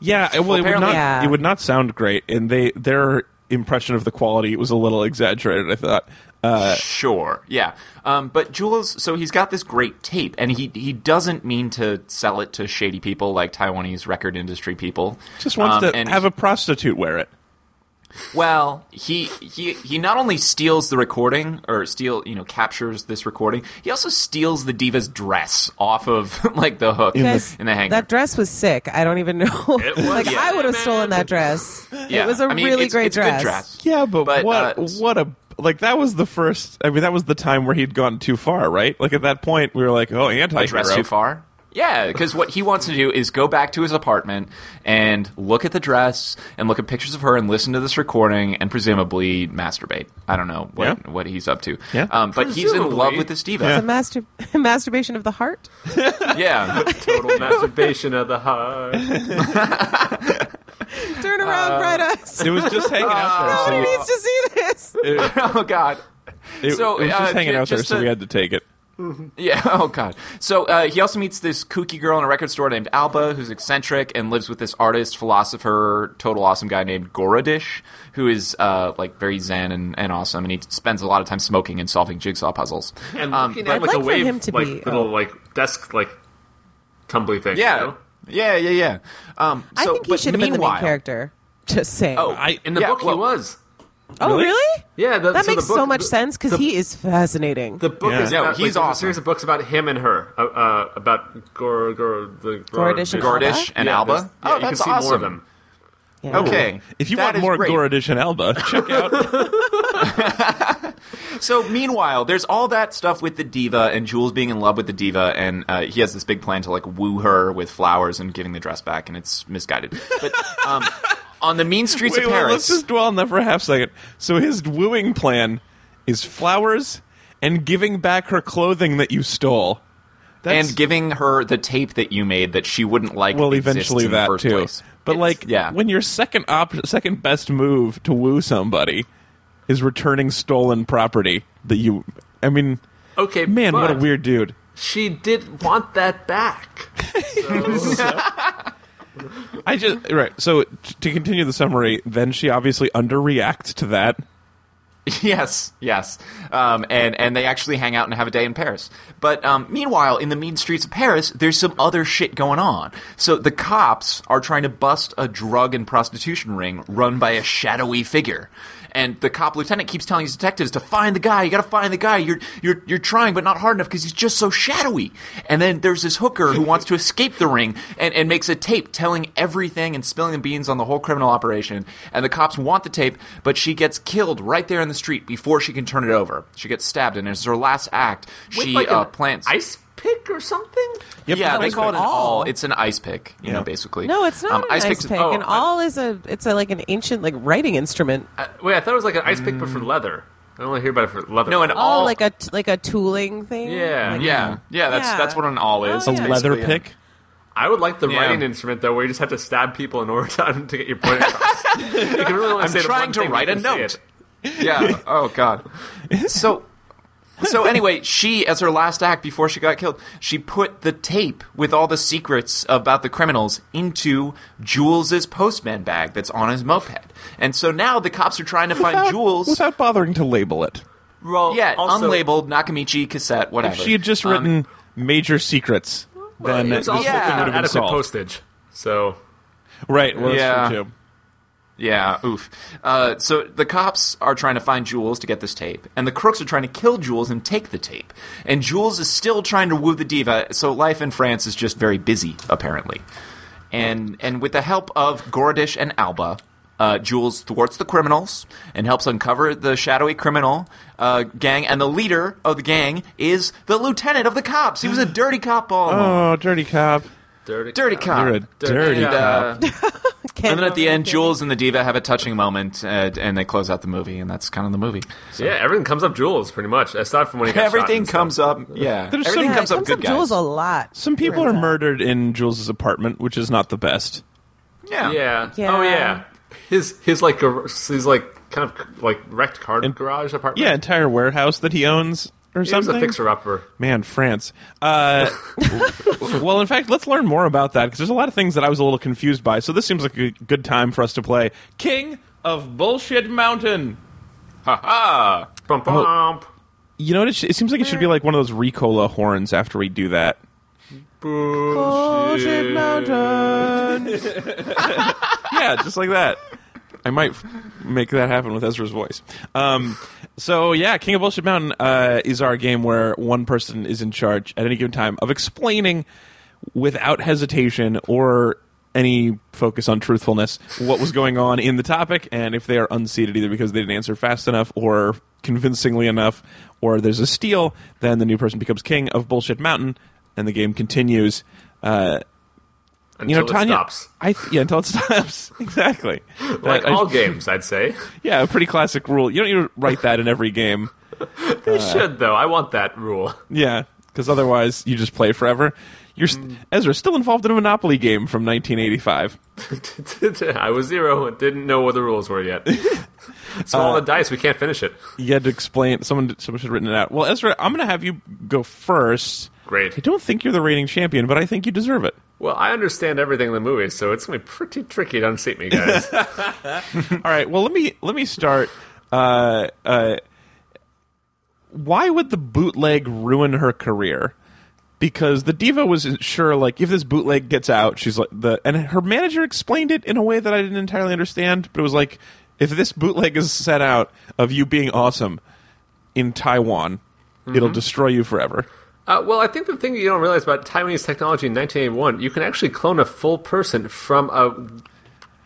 Speaker 1: Yeah, it- well, it would
Speaker 3: Apparently-
Speaker 1: not.
Speaker 2: Yeah.
Speaker 1: It would not sound great, and they their impression of the quality was a little exaggerated. I thought. Uh,
Speaker 3: Sure, yeah. Um, but Jules, so he's got this great tape, and he he doesn't mean to sell it to shady people like Taiwanese record industry people.
Speaker 1: just wants
Speaker 3: Um,
Speaker 1: to
Speaker 3: and
Speaker 1: have a prostitute wear it.
Speaker 3: well. He he he not only steals the recording or steal you know captures this recording, he also steals the diva's dress off of like the hook in
Speaker 2: Guys,
Speaker 3: the, hanger.
Speaker 2: That dress was sick. I don't even know.
Speaker 4: It was,
Speaker 2: like
Speaker 4: yeah.
Speaker 2: I would have
Speaker 4: Man.
Speaker 2: stolen that dress.
Speaker 3: Yeah.
Speaker 2: It was a
Speaker 3: I mean,
Speaker 2: really
Speaker 3: it's-
Speaker 2: great
Speaker 3: it's a good
Speaker 2: dress.
Speaker 1: Yeah, but,
Speaker 3: But,
Speaker 1: what?
Speaker 3: uh,
Speaker 1: what a like that was the first. I mean, that was the time where he'd gone too far, right? Like at that point, we were like, oh, anti
Speaker 3: dress too far? Yeah, because what he wants to do is go back to his apartment and look at the dress and look at pictures of her and listen to this recording and presumably masturbate. I don't know what,
Speaker 1: Yeah.
Speaker 3: what he's up to.
Speaker 1: Yeah.
Speaker 3: Um, but he's in
Speaker 4: Presumably.
Speaker 3: love with this
Speaker 2: The
Speaker 3: diva.
Speaker 2: mastur- masturbation of the heart.
Speaker 3: Yeah.
Speaker 4: Total masturbation of the heart.
Speaker 2: Turn around,
Speaker 3: Uh,
Speaker 2: bright eyes.
Speaker 1: It was just hanging out
Speaker 2: Nobody
Speaker 1: there.
Speaker 2: needs to see this.
Speaker 1: So it,
Speaker 3: oh, God.
Speaker 1: it-
Speaker 3: So,
Speaker 1: it was just
Speaker 3: uh,
Speaker 1: hanging
Speaker 3: ju-
Speaker 1: out there,
Speaker 3: just
Speaker 1: so
Speaker 3: to-
Speaker 1: we had to take it.
Speaker 3: Yeah. Oh God. So uh, he also meets this kooky girl in a record store named Alba, who's eccentric and lives with this artist, philosopher, total awesome guy named Gorodish, who is uh, like very zen and, and awesome, and he spends a lot of time smoking and solving jigsaw puzzles.
Speaker 4: and
Speaker 3: Um,
Speaker 4: looking
Speaker 2: I'd
Speaker 4: at like,
Speaker 2: like
Speaker 4: a
Speaker 2: for
Speaker 4: wave,
Speaker 2: him to
Speaker 4: like
Speaker 2: be- oh.
Speaker 4: little like desk like tumbly thing.
Speaker 3: yeah.
Speaker 4: you know?
Speaker 3: Yeah. Yeah. Yeah. Um,
Speaker 2: I
Speaker 3: so-
Speaker 2: think he
Speaker 3: but
Speaker 2: should have been the main
Speaker 3: meanwhile-
Speaker 2: character. Just saying.
Speaker 3: Oh,
Speaker 1: I-
Speaker 4: In the
Speaker 3: yeah,
Speaker 4: book,
Speaker 3: well,
Speaker 4: he was.
Speaker 2: Oh,
Speaker 1: really?
Speaker 2: really?
Speaker 4: Yeah, the,
Speaker 2: That
Speaker 4: so
Speaker 2: makes
Speaker 4: the book,
Speaker 2: so much
Speaker 4: the-
Speaker 2: sense because
Speaker 4: the-
Speaker 2: he is fascinating.
Speaker 4: The book
Speaker 1: Yeah.
Speaker 4: is
Speaker 1: No,
Speaker 4: about,
Speaker 3: he's
Speaker 4: like, there's
Speaker 3: awesome.
Speaker 4: A series of books about him and her, uh, uh, about Gor, Gor, the Gor,
Speaker 2: Gordish and
Speaker 3: Gordish
Speaker 2: Alba?
Speaker 3: and
Speaker 4: Uh-huh. Yeah,
Speaker 3: Alba.
Speaker 4: there's-
Speaker 3: oh,
Speaker 4: yeah, you can
Speaker 3: that's
Speaker 4: see
Speaker 3: awesome.
Speaker 4: More of them.
Speaker 2: Yeah.
Speaker 3: Okay.
Speaker 1: If you
Speaker 3: That
Speaker 1: want
Speaker 3: is
Speaker 1: more
Speaker 3: great.
Speaker 1: Gore Edition Alba, check out.
Speaker 3: So meanwhile, there's all that stuff with the diva and Jules being in love with the diva, and uh, he has this big plan to like woo her with flowers and giving the dress back, and it's misguided. But um, on the mean streets
Speaker 1: Wait,
Speaker 3: of
Speaker 1: wait,
Speaker 3: Paris,
Speaker 1: let's just dwell on that for a half second. So his wooing plan is flowers and giving back her clothing that you stole. That's,
Speaker 3: and giving her the tape that you made that she wouldn't like.
Speaker 1: well,
Speaker 3: exists
Speaker 1: eventually
Speaker 3: in the
Speaker 1: that
Speaker 3: first
Speaker 1: too.
Speaker 3: place.
Speaker 1: But
Speaker 3: It's-
Speaker 1: like,
Speaker 3: yeah,
Speaker 1: when your second op- second best move to woo somebody is returning stolen property that you. I mean,
Speaker 3: Oh,
Speaker 4: Okay,
Speaker 1: man, what a
Speaker 4: but
Speaker 1: weird dude.
Speaker 4: She did want that back.
Speaker 1: I just right. So t- to continue the summary, then she obviously underreacts to that.
Speaker 3: Yes, yes, um, and and they actually hang out and have a day in Paris. But um, meanwhile, in the mean streets of Paris, there's some other shit going on. So the cops are trying to bust a drug and prostitution ring run by a shadowy figure, and the cop lieutenant keeps telling his detectives to find the guy. You got to find the guy. You're you're you're trying, but not hard enough because he's just so shadowy. And then there's this hooker who wants to escape the ring and, and makes a tape telling everything and spilling the beans on the whole criminal operation. And the cops want the tape, but she gets killed right there in the street before she can turn it over. She gets stabbed, and as her last act,
Speaker 4: With,
Speaker 3: she
Speaker 4: like,
Speaker 3: uh,
Speaker 4: an
Speaker 3: plants.
Speaker 4: ice pick or something.
Speaker 1: Yep,
Speaker 3: yeah,
Speaker 1: an
Speaker 3: they
Speaker 1: ice
Speaker 3: call it
Speaker 1: pick.
Speaker 3: an all.
Speaker 2: Awl.
Speaker 3: It's an ice pick, you know, basically.
Speaker 2: No, it's not
Speaker 3: Um,
Speaker 2: an ice,
Speaker 3: picks-
Speaker 2: pick.
Speaker 3: oh,
Speaker 2: An awl is a it's a, like an ancient like writing instrument.
Speaker 4: Uh, wait, I thought it was like an ice pick, but for leather. I only hear about it for leather.
Speaker 3: Mm. no, an all.
Speaker 2: Awl like a t- like a tooling thing.
Speaker 4: Yeah.
Speaker 2: Like-
Speaker 3: yeah, yeah. That's
Speaker 2: Yeah.
Speaker 3: that's what an all is.
Speaker 2: Oh,
Speaker 1: It's a
Speaker 2: yeah.
Speaker 1: leather
Speaker 3: basically, uh,
Speaker 1: pick.
Speaker 4: I would like the
Speaker 3: Yeah.
Speaker 4: writing instrument though, where you just have to stab people in order to, to get your point across. you can really only
Speaker 3: I'm
Speaker 4: say the
Speaker 3: trying
Speaker 4: one
Speaker 3: to
Speaker 4: thing
Speaker 3: write
Speaker 4: you
Speaker 3: a
Speaker 4: can say
Speaker 3: note.
Speaker 4: it.
Speaker 3: yeah. Oh God. So, so anyway, she as her last act before she got killed, she put the tape with all the secrets about the criminals into Jules's postman bag that's on his moped, and so now the cops are trying to find
Speaker 1: Without-
Speaker 3: Jules.
Speaker 1: without bothering to label it.
Speaker 4: Well,
Speaker 3: yeah,
Speaker 4: also,
Speaker 3: unlabeled Nakamichi cassette, whatever. Um,
Speaker 1: If she had just written
Speaker 4: Um,
Speaker 1: major secrets, then
Speaker 4: It's
Speaker 1: this
Speaker 4: also
Speaker 1: whole thing
Speaker 3: yeah,
Speaker 1: would
Speaker 4: not
Speaker 1: have been
Speaker 4: adequate
Speaker 1: solved.
Speaker 4: postage. So
Speaker 1: right? Well,
Speaker 3: Yeah.
Speaker 1: that's true too.
Speaker 3: Yeah, oof. Uh, so the cops are trying to find Jules to get this tape, and the crooks are trying to kill Jules and take the tape. And Jules is still trying to woo the diva, so life in France is just very busy, apparently. And and with the help of Gordish and Alba, uh, Jules thwarts the criminals and helps uncover the shadowy criminal uh, gang. And the leader of the gang is the lieutenant of the cops. He was a dirty cop all along.
Speaker 1: Oh, dirty cop!
Speaker 4: dirty,
Speaker 3: dirty
Speaker 4: cop.
Speaker 3: cop.
Speaker 1: You're a dirty
Speaker 3: And,
Speaker 1: cop.
Speaker 3: uh,
Speaker 2: Can-
Speaker 3: and then at the end, Jules and the diva have a touching moment, uh, and they close out the movie, and that's kind of the movie. So-
Speaker 4: Yeah, everything comes up Jules pretty much. Aside from when he got shot
Speaker 3: everything
Speaker 4: and stuff.
Speaker 3: comes up. Yeah,
Speaker 1: There's some-
Speaker 3: everything
Speaker 2: Yeah,
Speaker 3: comes
Speaker 2: it
Speaker 3: up. Good guys.
Speaker 2: Jules a lot.
Speaker 1: Some people
Speaker 2: Turns
Speaker 1: are
Speaker 2: out.
Speaker 1: murdered in Jules's apartment, which is not the best.
Speaker 3: yeah.
Speaker 4: Yeah.
Speaker 2: Yeah.
Speaker 4: Oh yeah. His his like gar- his like kind of like wrecked car garage apartment.
Speaker 1: Yeah, entire warehouse that he owns or
Speaker 4: He was
Speaker 1: something.
Speaker 4: a fixer upper.
Speaker 1: Man, France. Uh, well, in fact, let's learn more about that because there's a lot of things that I was a little confused by. So this seems like a good time for us to play King of Bullshit Mountain.
Speaker 4: Bump
Speaker 1: Oh.
Speaker 4: bump.
Speaker 1: You know, what it, sh- it seems like it should be like one of those Ricola horns after we do that.
Speaker 2: Bullshit
Speaker 1: Mountain. yeah, just like that. I might f- make that happen with Ezra's voice. Um, so yeah, King of Bullshit Mountain uh, is our game where one person is in charge at any given time of explaining, without hesitation or any focus on truthfulness, what was going on in the topic, and if they are unseated either because they didn't answer fast enough or convincingly enough, or there's a steal, then the new person becomes King of Bullshit Mountain, and the game continues. Uh,
Speaker 4: Until
Speaker 1: you know,
Speaker 4: it
Speaker 1: Tanya,
Speaker 4: stops.
Speaker 1: I yeah, until it stops. exactly.
Speaker 4: Like
Speaker 1: That- I- Uh.
Speaker 4: all games, I'd say.
Speaker 1: yeah, a pretty classic rule. You don't need to write that in every game.
Speaker 4: They should though. I want that rule.
Speaker 1: Yeah, because otherwise you just play forever. You're st- Ezra still involved in a Monopoly game from 1985.
Speaker 4: I was zero and didn't know what the rules were yet.
Speaker 1: Uh.
Speaker 4: So all the dice, we can't finish it.
Speaker 1: You had to explain. Someone someone should have written it out. Well, Ezra, I'm going to have you go first.
Speaker 4: Great.
Speaker 1: I don't think you're the reigning champion, but I think you deserve it.
Speaker 4: Well, I understand everything in the movie, so it's gonna be pretty tricky to unseat me, guys.
Speaker 1: All right. Well, let me let me start. Uh, uh, why would the bootleg ruin her career? Because the diva was sure, like, if this bootleg gets out, she's like the, and her manager explained it in a way that I didn't entirely understand. But it was like, if this bootleg is set out of you being awesome in Taiwan, it'll destroy you forever.
Speaker 4: Uh, well, I think the thing you don't realize about Taiwanese technology in 1981, you can actually clone a full person from a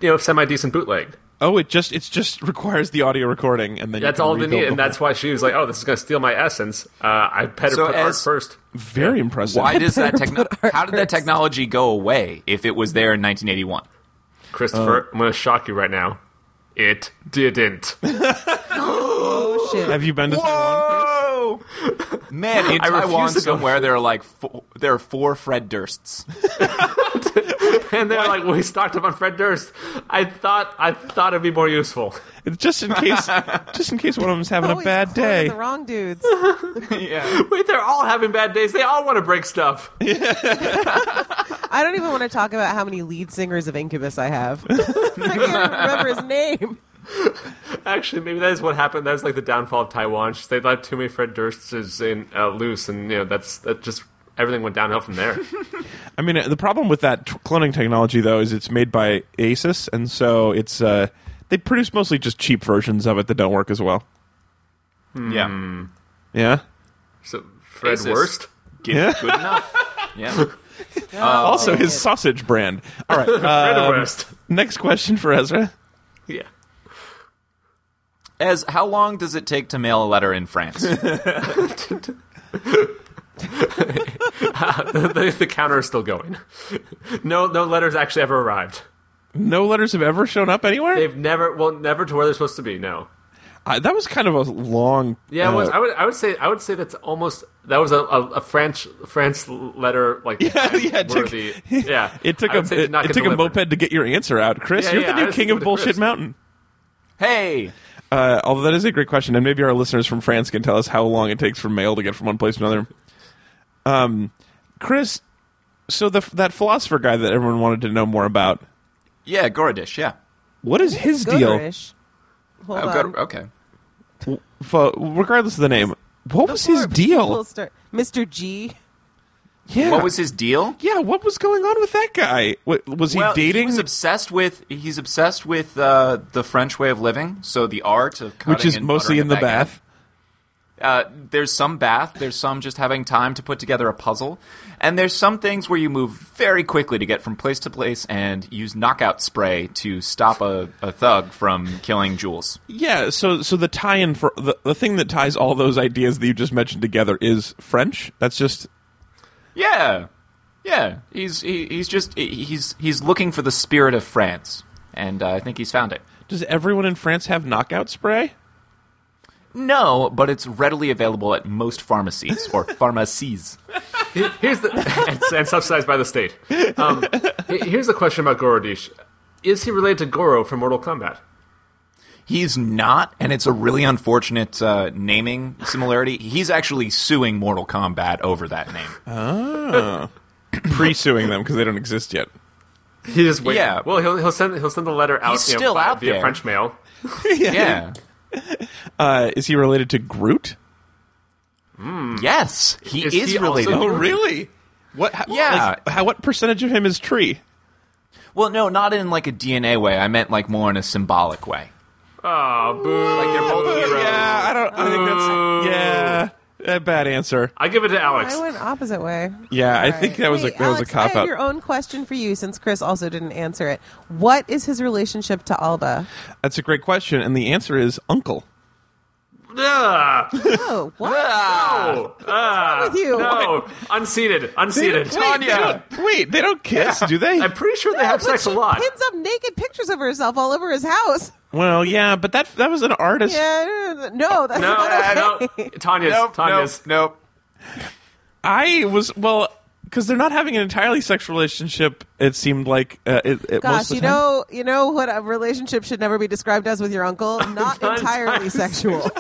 Speaker 4: you know semi decent bootleg.
Speaker 1: Oh, it just it just requires the audio recording, and then you
Speaker 4: That's
Speaker 1: can
Speaker 4: all they
Speaker 1: rebuild
Speaker 4: need, and
Speaker 1: the
Speaker 4: that's why she was like, "Oh, this is gonna steal my essence. Uh, I better
Speaker 3: So
Speaker 4: put
Speaker 3: as-
Speaker 4: art first.
Speaker 1: whole- very impressive.
Speaker 3: Why does that techno-
Speaker 2: our
Speaker 3: How did
Speaker 2: first.
Speaker 3: that technology go away if it was there in 1981?
Speaker 4: Christopher, I'm gonna shock you right now. It didn't.
Speaker 2: Oh shit!
Speaker 1: have you been to Taiwan?
Speaker 3: Whoa, man! In
Speaker 4: I refuse
Speaker 3: Taiwan,
Speaker 4: to go-
Speaker 3: somewhere there are like four, there are four Fred Dursts.
Speaker 4: and they're like, "We stocked up on Fred Durst." I thought, I thought it'd be more useful.
Speaker 1: It's just in case, just in case one of them's having a
Speaker 2: Always
Speaker 1: bad
Speaker 2: cornered
Speaker 1: day.
Speaker 2: The wrong dudes.
Speaker 3: yeah,
Speaker 4: Wait, they're all having bad days. They all want to break stuff.
Speaker 2: I don't even want to talk about how many lead singers of Incubus I have. I can't even remember his name.
Speaker 4: Actually, maybe that is what happened. That was like the downfall of Taiwan. Just They let too many Fred Durst's in uh, loose, and you know that's that just everything went downhill from there.
Speaker 1: I mean, uh, the problem with that t- cloning technology, though, is it's made by Asus, and so it's uh, they produce mostly just cheap versions of it that don't work as well.
Speaker 3: yeah,
Speaker 1: Yeah.
Speaker 4: so Fred
Speaker 3: Asus.
Speaker 4: Worst.
Speaker 3: Good-
Speaker 1: Yeah.
Speaker 3: good enough. Yeah,
Speaker 4: Oh.
Speaker 1: also, his sausage brand. All right.
Speaker 4: Fred
Speaker 1: um,
Speaker 4: Worst.
Speaker 1: next question for Ezra.
Speaker 4: Yeah.
Speaker 3: as how long does it take to mail a letter in France?
Speaker 4: the, the counter is still going. No, no letters actually ever arrived.
Speaker 1: No letters have ever shown up anywhere.
Speaker 4: They've never, well, never to where they're supposed to be. No.
Speaker 1: Uh, that was kind of a long.
Speaker 4: Yeah, it
Speaker 1: uh,
Speaker 4: was, I would, I would say, I would say that's almost that was a, a, a French France letter like
Speaker 1: yeah, yeah, it took,
Speaker 4: worthy. yeah.
Speaker 1: It took
Speaker 4: I
Speaker 1: a
Speaker 4: would say did
Speaker 1: it,
Speaker 4: not
Speaker 1: it
Speaker 4: get
Speaker 1: took a
Speaker 4: delivered.
Speaker 1: moped to get your answer out, Chris.
Speaker 4: Yeah,
Speaker 1: You're
Speaker 4: yeah,
Speaker 1: the
Speaker 4: I
Speaker 1: new
Speaker 4: was
Speaker 1: king of
Speaker 4: thinking of
Speaker 1: bullshit
Speaker 4: Chris.
Speaker 1: mountain.
Speaker 3: hey,
Speaker 1: Uh, although that is a great question, and maybe our listeners from France can tell us how long it takes for mail to get from one place to another. Um, Chris, so the that philosopher guy that everyone wanted to know more about,
Speaker 3: yeah, Gorodish, yeah.
Speaker 1: what is his deal?
Speaker 2: Gooderish. Hold
Speaker 3: Oh,
Speaker 2: on.
Speaker 3: Gor- okay.
Speaker 1: F- regardless of the name, what was his
Speaker 2: Before people
Speaker 1: deal?
Speaker 2: start- Mr. G.
Speaker 1: Yeah,
Speaker 3: What was his deal?
Speaker 1: yeah, what was going on with that guy? Wa- was he
Speaker 3: well,
Speaker 1: dating?
Speaker 3: He's obsessed with he's obsessed with uh, the French way of living. So the art of cutting
Speaker 1: which is
Speaker 3: and
Speaker 1: mostly
Speaker 3: buttering
Speaker 1: in the
Speaker 3: a baguette.
Speaker 1: bath.
Speaker 3: Uh, there's some bath. There's some just having time to put together a puzzle, and there's some things where you move very quickly to get from place to place and use knockout spray to stop a, a thug from killing Jules.
Speaker 1: Yeah, so so the tie-in for the, the thing that ties all those ideas that you just mentioned together is French. That's just
Speaker 3: Yeah, yeah. He's he, he's just he- he's he's looking for the spirit of France, and uh, I think he's found it.
Speaker 1: does everyone in France have knockout spray?
Speaker 3: No, but it's readily available at most pharmacies or pharmacies.
Speaker 4: Here's the and, and subsidized by the state. Um, he- here's the question about Gorodish: Is he related to Goro from Mortal Kombat?
Speaker 3: He's not, and it's a really unfortunate uh, naming similarity. He's actually suing Mortal Kombat over that name.
Speaker 1: pre-suing them because they don't exist yet.
Speaker 4: He just waiting.
Speaker 3: Yeah.
Speaker 4: Well, he'll he'll send he'll send the letter out.
Speaker 3: He's
Speaker 4: you know,
Speaker 3: still
Speaker 4: via,
Speaker 3: out
Speaker 4: via
Speaker 3: there.
Speaker 4: French mail.
Speaker 3: yeah.
Speaker 1: Uh, is he related to Groot?
Speaker 3: Yes, he
Speaker 4: Is
Speaker 3: Hmm. is,
Speaker 4: he
Speaker 3: related.
Speaker 4: also- Oh,
Speaker 1: really? What? How,
Speaker 3: Yeah.
Speaker 1: like, how? What percentage of him is tree?
Speaker 3: well, no, not in like a DNA way. I meant like more in a symbolic way.
Speaker 4: Oh, boo!
Speaker 3: Like they're both heroes.
Speaker 1: Yeah, I don't. I think that's yeah. Oh. A bad answer.
Speaker 4: I give it to Alex.
Speaker 2: I went opposite way.
Speaker 1: Yeah, I
Speaker 2: All
Speaker 1: think
Speaker 2: right.
Speaker 1: that was
Speaker 2: Wait,
Speaker 1: a that was a
Speaker 2: Alex,
Speaker 1: cop
Speaker 2: I
Speaker 1: out.
Speaker 2: have your own question for you since Chris also didn't answer it. What is his relationship to Alba?
Speaker 1: That's a great question, and the answer is uncle.
Speaker 4: Ah,
Speaker 2: Oh, what
Speaker 4: no, ah,
Speaker 2: with you?
Speaker 4: no, unseated, unseated.
Speaker 1: Wait, they
Speaker 4: Tanya,
Speaker 1: don't, wait, they don't kiss, do they?
Speaker 4: I'm pretty sure they have
Speaker 2: But
Speaker 4: sex
Speaker 2: she
Speaker 4: a lot.
Speaker 2: pins up naked pictures of herself all over his house.
Speaker 1: well, yeah, but that that was an artist.
Speaker 2: Yeah, no, that's
Speaker 4: No,
Speaker 2: not okay.
Speaker 4: no, Tanya's, Tanya's.
Speaker 3: nope.
Speaker 1: I was well because they're not having an entirely sexual relationship. It seemed like uh, it, it most
Speaker 2: Gosh,
Speaker 1: of the
Speaker 2: you
Speaker 1: time.
Speaker 2: know, you know what a relationship should never be described as with your uncle. Not
Speaker 4: Not
Speaker 2: entirely sexual.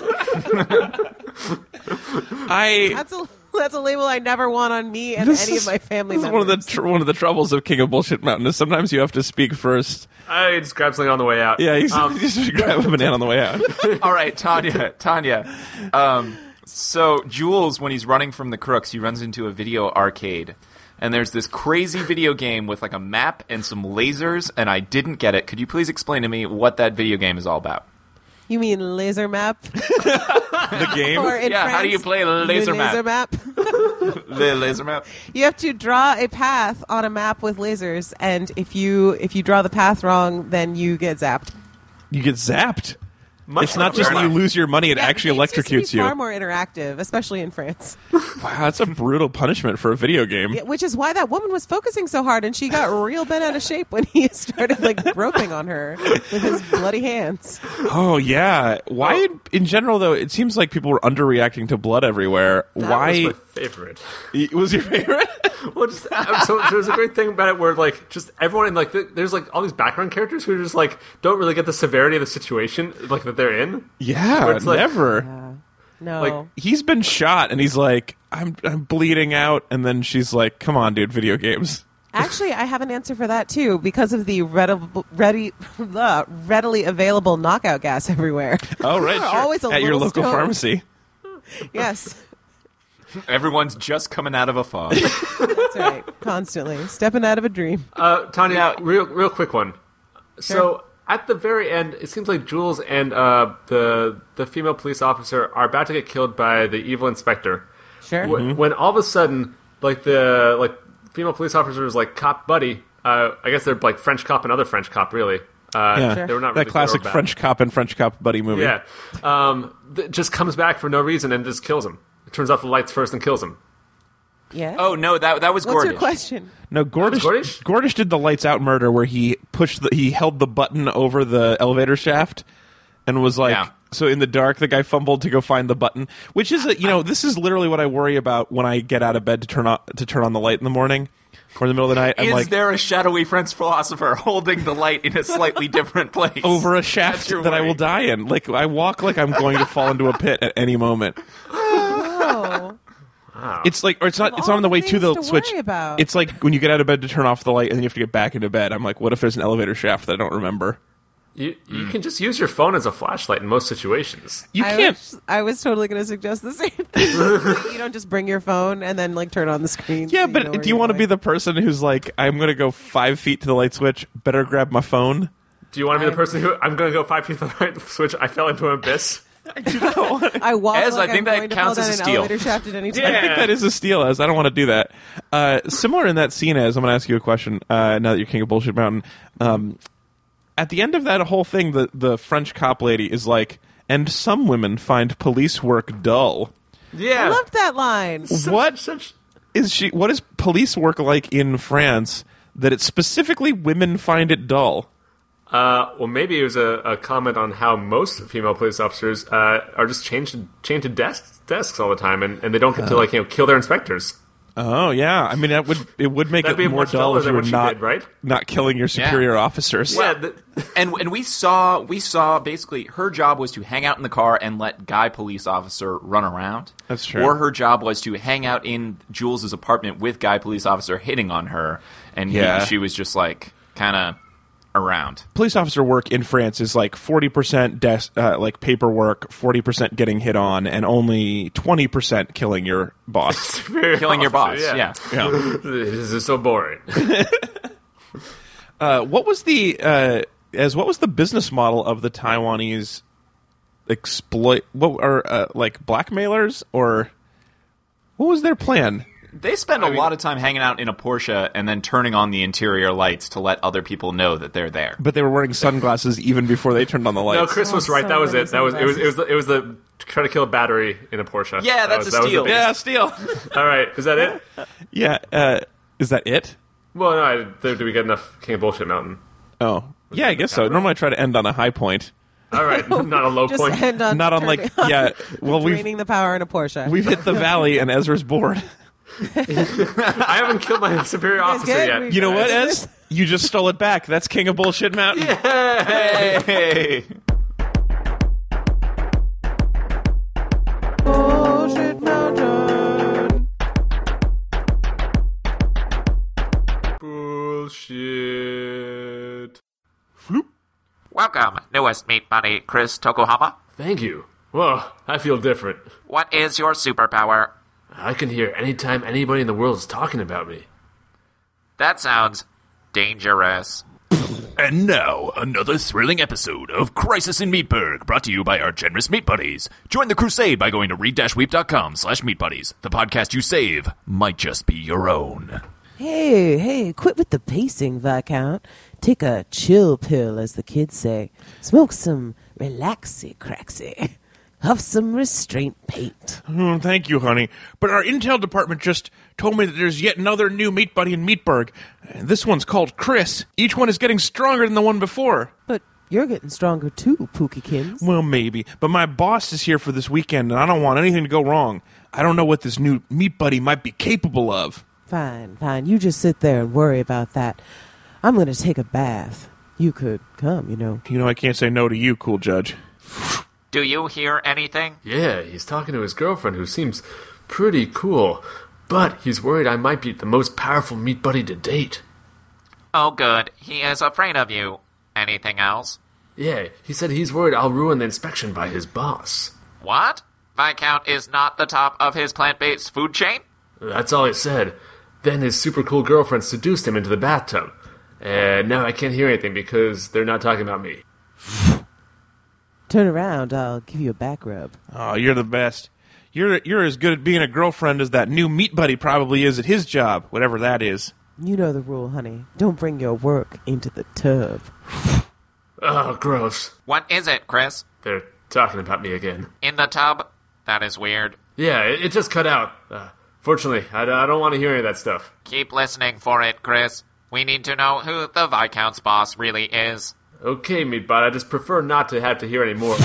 Speaker 1: I
Speaker 2: That's a that's a label I never want on me and
Speaker 1: this
Speaker 2: any
Speaker 1: is-
Speaker 2: of my family
Speaker 1: This is
Speaker 2: members.
Speaker 1: one of the tr- one of the troubles of King of Bullshit Mountain is sometimes you have to speak first.
Speaker 4: I just grabbed something on the way out.
Speaker 1: Yeah, you,
Speaker 4: Um,
Speaker 1: you should grab a banana on the way out.
Speaker 3: All right, Tanya, Tanya. Um, so Jules, when he's running from the crooks, he runs into a video arcade, and there's this crazy video game with like a map and some lasers, and I didn't get it. Could you please explain to me what that video game is all about?
Speaker 2: you mean laser map?
Speaker 1: the game.
Speaker 2: Or in
Speaker 3: Yeah, how do
Speaker 2: France,
Speaker 3: you play laser map?
Speaker 2: Laser map.
Speaker 3: The laser map.
Speaker 2: you have to draw a path on a map with lasers, and if you if you draw the path wrong, then you get zapped.
Speaker 1: you get zapped.
Speaker 4: much
Speaker 1: It's not
Speaker 4: like
Speaker 1: just
Speaker 3: Fair
Speaker 1: that you
Speaker 3: enough.
Speaker 1: lose your money; it actually
Speaker 2: It seems to be
Speaker 1: electrocutes you.
Speaker 2: Far more interactive, especially in France,
Speaker 1: Wow, that's a brutal punishment for a video game.
Speaker 2: Yeah, which is why that woman was focusing so hard, and she got real bent out of shape when he started like groping on her with his bloody hands.
Speaker 1: Oh yeah. Why in general though? It seems like people were underreacting to blood everywhere.
Speaker 4: That
Speaker 1: Why
Speaker 4: was my favorite?
Speaker 1: it was your favorite?
Speaker 4: Well, just, uh, so there's a great thing about it where like just everyone in like th- there's like all these background characters who just like don't really get the severity of the situation like that they're in. Where
Speaker 1: yeah,
Speaker 4: it's like-
Speaker 1: never.
Speaker 2: Uh, No,
Speaker 4: Like,
Speaker 1: He's been shot, and he's like, "I'm I'm bleeding out," and then she's like, "Come on, dude, video games."
Speaker 2: Actually, I have an answer for that too because of the readab- ready, blah, readily available knockout gas everywhere.
Speaker 1: Oh right,
Speaker 2: We're
Speaker 1: sure.
Speaker 2: always a
Speaker 1: at your
Speaker 2: little
Speaker 1: local
Speaker 2: stoned.
Speaker 1: pharmacy.
Speaker 2: yes,
Speaker 3: Everyone's just coming out of a fog.
Speaker 2: that's right. Constantly stepping out of a dream.
Speaker 4: Uh, Tanya,
Speaker 3: Now-
Speaker 4: real real quick one. So at the very end, it seems like Jules and uh, the the female police officer are about to get killed by the evil inspector.
Speaker 2: Sure.
Speaker 4: Wh- When all of a sudden, like the like female police officer is like cop buddy. Uh, I guess they're like French cop and other French cop really. Uh,
Speaker 1: Yeah,
Speaker 2: Sure.
Speaker 4: They were not really
Speaker 1: that
Speaker 4: good or
Speaker 1: classic
Speaker 4: bad.
Speaker 1: French cop and French cop buddy movie.
Speaker 4: Yeah, um, th- just comes back for no reason and just kills him. It turns off the lights first and kills him.
Speaker 2: Yeah.
Speaker 3: Oh no, that that was
Speaker 2: What's your
Speaker 3: Gordish.
Speaker 2: question?
Speaker 3: Oh,
Speaker 1: No, Gordish,
Speaker 4: Gordish?
Speaker 1: Gordish. did the lights out murder where he pushed the he held the button over the elevator shaft and was like
Speaker 3: Yeah.
Speaker 1: so in the dark the guy fumbled to go find the button, which is a, you know this is literally what I worry about when I get out of bed to turn on to turn on the light in the morning or in the middle of the night. I'm
Speaker 3: Is
Speaker 1: like
Speaker 3: there a shadowy French philosopher holding the light in a slightly different place?
Speaker 1: over a
Speaker 3: That's
Speaker 1: shaft
Speaker 3: your
Speaker 1: that I
Speaker 3: worry.
Speaker 1: will die in. Like I walk like I'm going to fall into a pit at any moment.
Speaker 2: Oh,
Speaker 1: It's like, or it's not.
Speaker 2: Of
Speaker 1: It's not
Speaker 2: all
Speaker 1: on the way
Speaker 2: the
Speaker 1: to the
Speaker 2: things to
Speaker 1: switch.
Speaker 2: worry about.
Speaker 1: It's like when you get out of bed to turn off the light, and then you have to get back into bed. I'm like, what if there's an elevator shaft that I don't remember?
Speaker 4: You you can just use your phone as a flashlight in most situations.
Speaker 1: You
Speaker 2: I
Speaker 1: can't.
Speaker 2: Was, I was totally going to suggest the same. thing. you don't just bring your phone and then like turn on the screen.
Speaker 1: Yeah,
Speaker 2: so know
Speaker 1: but
Speaker 2: where
Speaker 1: do you
Speaker 2: you're
Speaker 1: want to be
Speaker 2: going.
Speaker 1: the person who's like, I'm going to go five feet to the light switch, better grab my phone?
Speaker 4: Do you want to be the person who I'm going to go five feet to the right switch? I fell into an abyss.
Speaker 2: I walk.
Speaker 3: As
Speaker 2: like
Speaker 3: I think
Speaker 2: am
Speaker 3: that
Speaker 2: going
Speaker 3: counts
Speaker 2: to fall
Speaker 3: as a
Speaker 2: down
Speaker 3: steal.
Speaker 2: An elevator shaft at any time.
Speaker 1: I think that is a steal, as I don't want to do that. Uh, similar in that scene, as I'm going to ask you a question uh, now that you're King of Bullshit Mountain. Um, at the end of that whole thing, the, the French cop lady is like, and some women find police work dull.
Speaker 4: Yeah,
Speaker 2: I loved that line.
Speaker 4: Such-
Speaker 1: What?
Speaker 4: Such
Speaker 1: Is she? What is police work like in France that it's specifically women find it dull?
Speaker 4: Uh, well, maybe it was a, a comment on how most female police officers uh, are just chained to, chained to desks, desks all the time, and, and they don't get to like you know kill their inspectors.
Speaker 1: Oh yeah, I mean that would it would make
Speaker 4: That'd
Speaker 1: it
Speaker 4: be
Speaker 1: more
Speaker 4: much
Speaker 1: dull
Speaker 4: duller
Speaker 1: if
Speaker 4: than
Speaker 1: you were
Speaker 4: what she
Speaker 1: not
Speaker 4: did, right?
Speaker 1: not killing your superior officers.
Speaker 4: Yeah, th-
Speaker 3: and and we saw we saw basically her job was to hang out in the car and let guy police officer run around.
Speaker 1: That's true.
Speaker 3: Or her job was to hang out in Jules's apartment with guy police officer hitting on her, and he-
Speaker 1: Yeah.
Speaker 3: she was just like kind of around.
Speaker 1: Police officer work in France is like forty percent desk uh, like paperwork, forty percent getting hit on, and only twenty percent killing your boss.
Speaker 3: Killing your boss, yeah.
Speaker 1: yeah.
Speaker 4: this is so boring.
Speaker 1: Uh, what was the uh, as what was the business model of the Taiwanese exploit? What are uh, like blackmailers or what was their plan?
Speaker 3: They spend a lot of time hanging out in a Porsche and then turning on the interior lights to let other people know that they're there.
Speaker 1: But they were wearing sunglasses even before they turned on the lights.
Speaker 4: No, Chris was
Speaker 2: Oh,
Speaker 4: right.
Speaker 2: so
Speaker 4: that was
Speaker 2: many
Speaker 4: it. That was it. Was it
Speaker 2: sunglasses.
Speaker 4: was the, it was the try to kill a battery in a Porsche.
Speaker 3: Yeah,
Speaker 4: That
Speaker 3: that's
Speaker 4: was-
Speaker 3: a
Speaker 4: that was the
Speaker 3: steal.
Speaker 4: big-
Speaker 1: yeah, steal.
Speaker 4: All right, is that it?
Speaker 1: yeah, uh, is that it?
Speaker 4: Well, no. I, there, do we get enough King of Bullshit Mountain?
Speaker 1: Oh, yeah, I guess so.
Speaker 4: cover?
Speaker 1: Normally, I try to end on a high point,
Speaker 4: All right, not a low
Speaker 2: Just
Speaker 4: point.
Speaker 2: end on
Speaker 1: not on
Speaker 2: turning
Speaker 1: like
Speaker 2: on
Speaker 1: yeah. Well, we've
Speaker 2: draining the power in a Porsche.
Speaker 1: we've hit the valley and Ezra's bored.
Speaker 4: I haven't killed my superior
Speaker 2: guys
Speaker 4: officer
Speaker 2: good?
Speaker 4: yet.
Speaker 2: We-
Speaker 1: You know what, Ez? You just stole it back. That's King of Bullshit Mountain.
Speaker 3: Hey!
Speaker 2: Bullshit Mountain.
Speaker 4: Bullshit.
Speaker 6: Welcome, newest meat bunny, Chris Tokuhama.
Speaker 4: Thank you. Whoa, I feel different.
Speaker 6: What is your superpower?
Speaker 4: I can hear anytime anybody in the world is talking about me.
Speaker 6: That sounds dangerous.
Speaker 7: And now, another thrilling episode of Crisis in Meatburg, brought to you by our generous meat buddies. Join the crusade by going to read-weep.com slash meat buddies. The podcast you save might just be your own.
Speaker 2: Hey, hey, quit with the pacing, Viscount. Take a chill pill, as the kids say. Smoke some relaxy craxy. Huff some restraint paint.
Speaker 1: Mm, thank you, honey. But our intel department just told me that there's yet another new meat buddy in Meatburg. And This one's called Chris. Each one is getting stronger than the one before.
Speaker 2: But you're getting stronger too, Pookykins.
Speaker 1: Well, maybe. But my boss is here for this weekend, and I don't want anything to go wrong. I don't know what this new meat buddy might be capable of.
Speaker 2: Fine, fine. You just sit there and worry about that. I'm going to take a bath. You could come, you know.
Speaker 1: You know, I can't say no to you, cool judge.
Speaker 6: Do you hear anything?
Speaker 4: Yeah, he's talking to his girlfriend who seems pretty cool, but he's worried I might be the most powerful meat buddy to date.
Speaker 6: Oh, good. He is afraid of you. Anything else?
Speaker 4: Yeah, he said he's worried I'll ruin the inspection by his boss.
Speaker 6: What? Viscount is not the top of his plant based food chain?
Speaker 4: That's all he said. Then his super cool girlfriend seduced him into the bathtub. And now I can't hear anything because they're not talking about me.
Speaker 2: Turn around, I'll give you a back rub.
Speaker 1: Oh, you're the best. You're you're as good at being a girlfriend as that new meat buddy probably is at his job, whatever that is.
Speaker 2: You know the rule, honey. Don't bring your work into the tub.
Speaker 4: Oh, gross.
Speaker 6: What is it, Chris?
Speaker 4: They're talking about me again.
Speaker 6: In the tub? That is weird.
Speaker 4: Yeah, it, it just cut out. Uh, fortunately, I, I don't want to hear any of that stuff.
Speaker 6: Keep listening for it, Chris. We need to know who the Viscount's boss really is.
Speaker 4: Okay, Meatbot, I just prefer not to have to hear any more.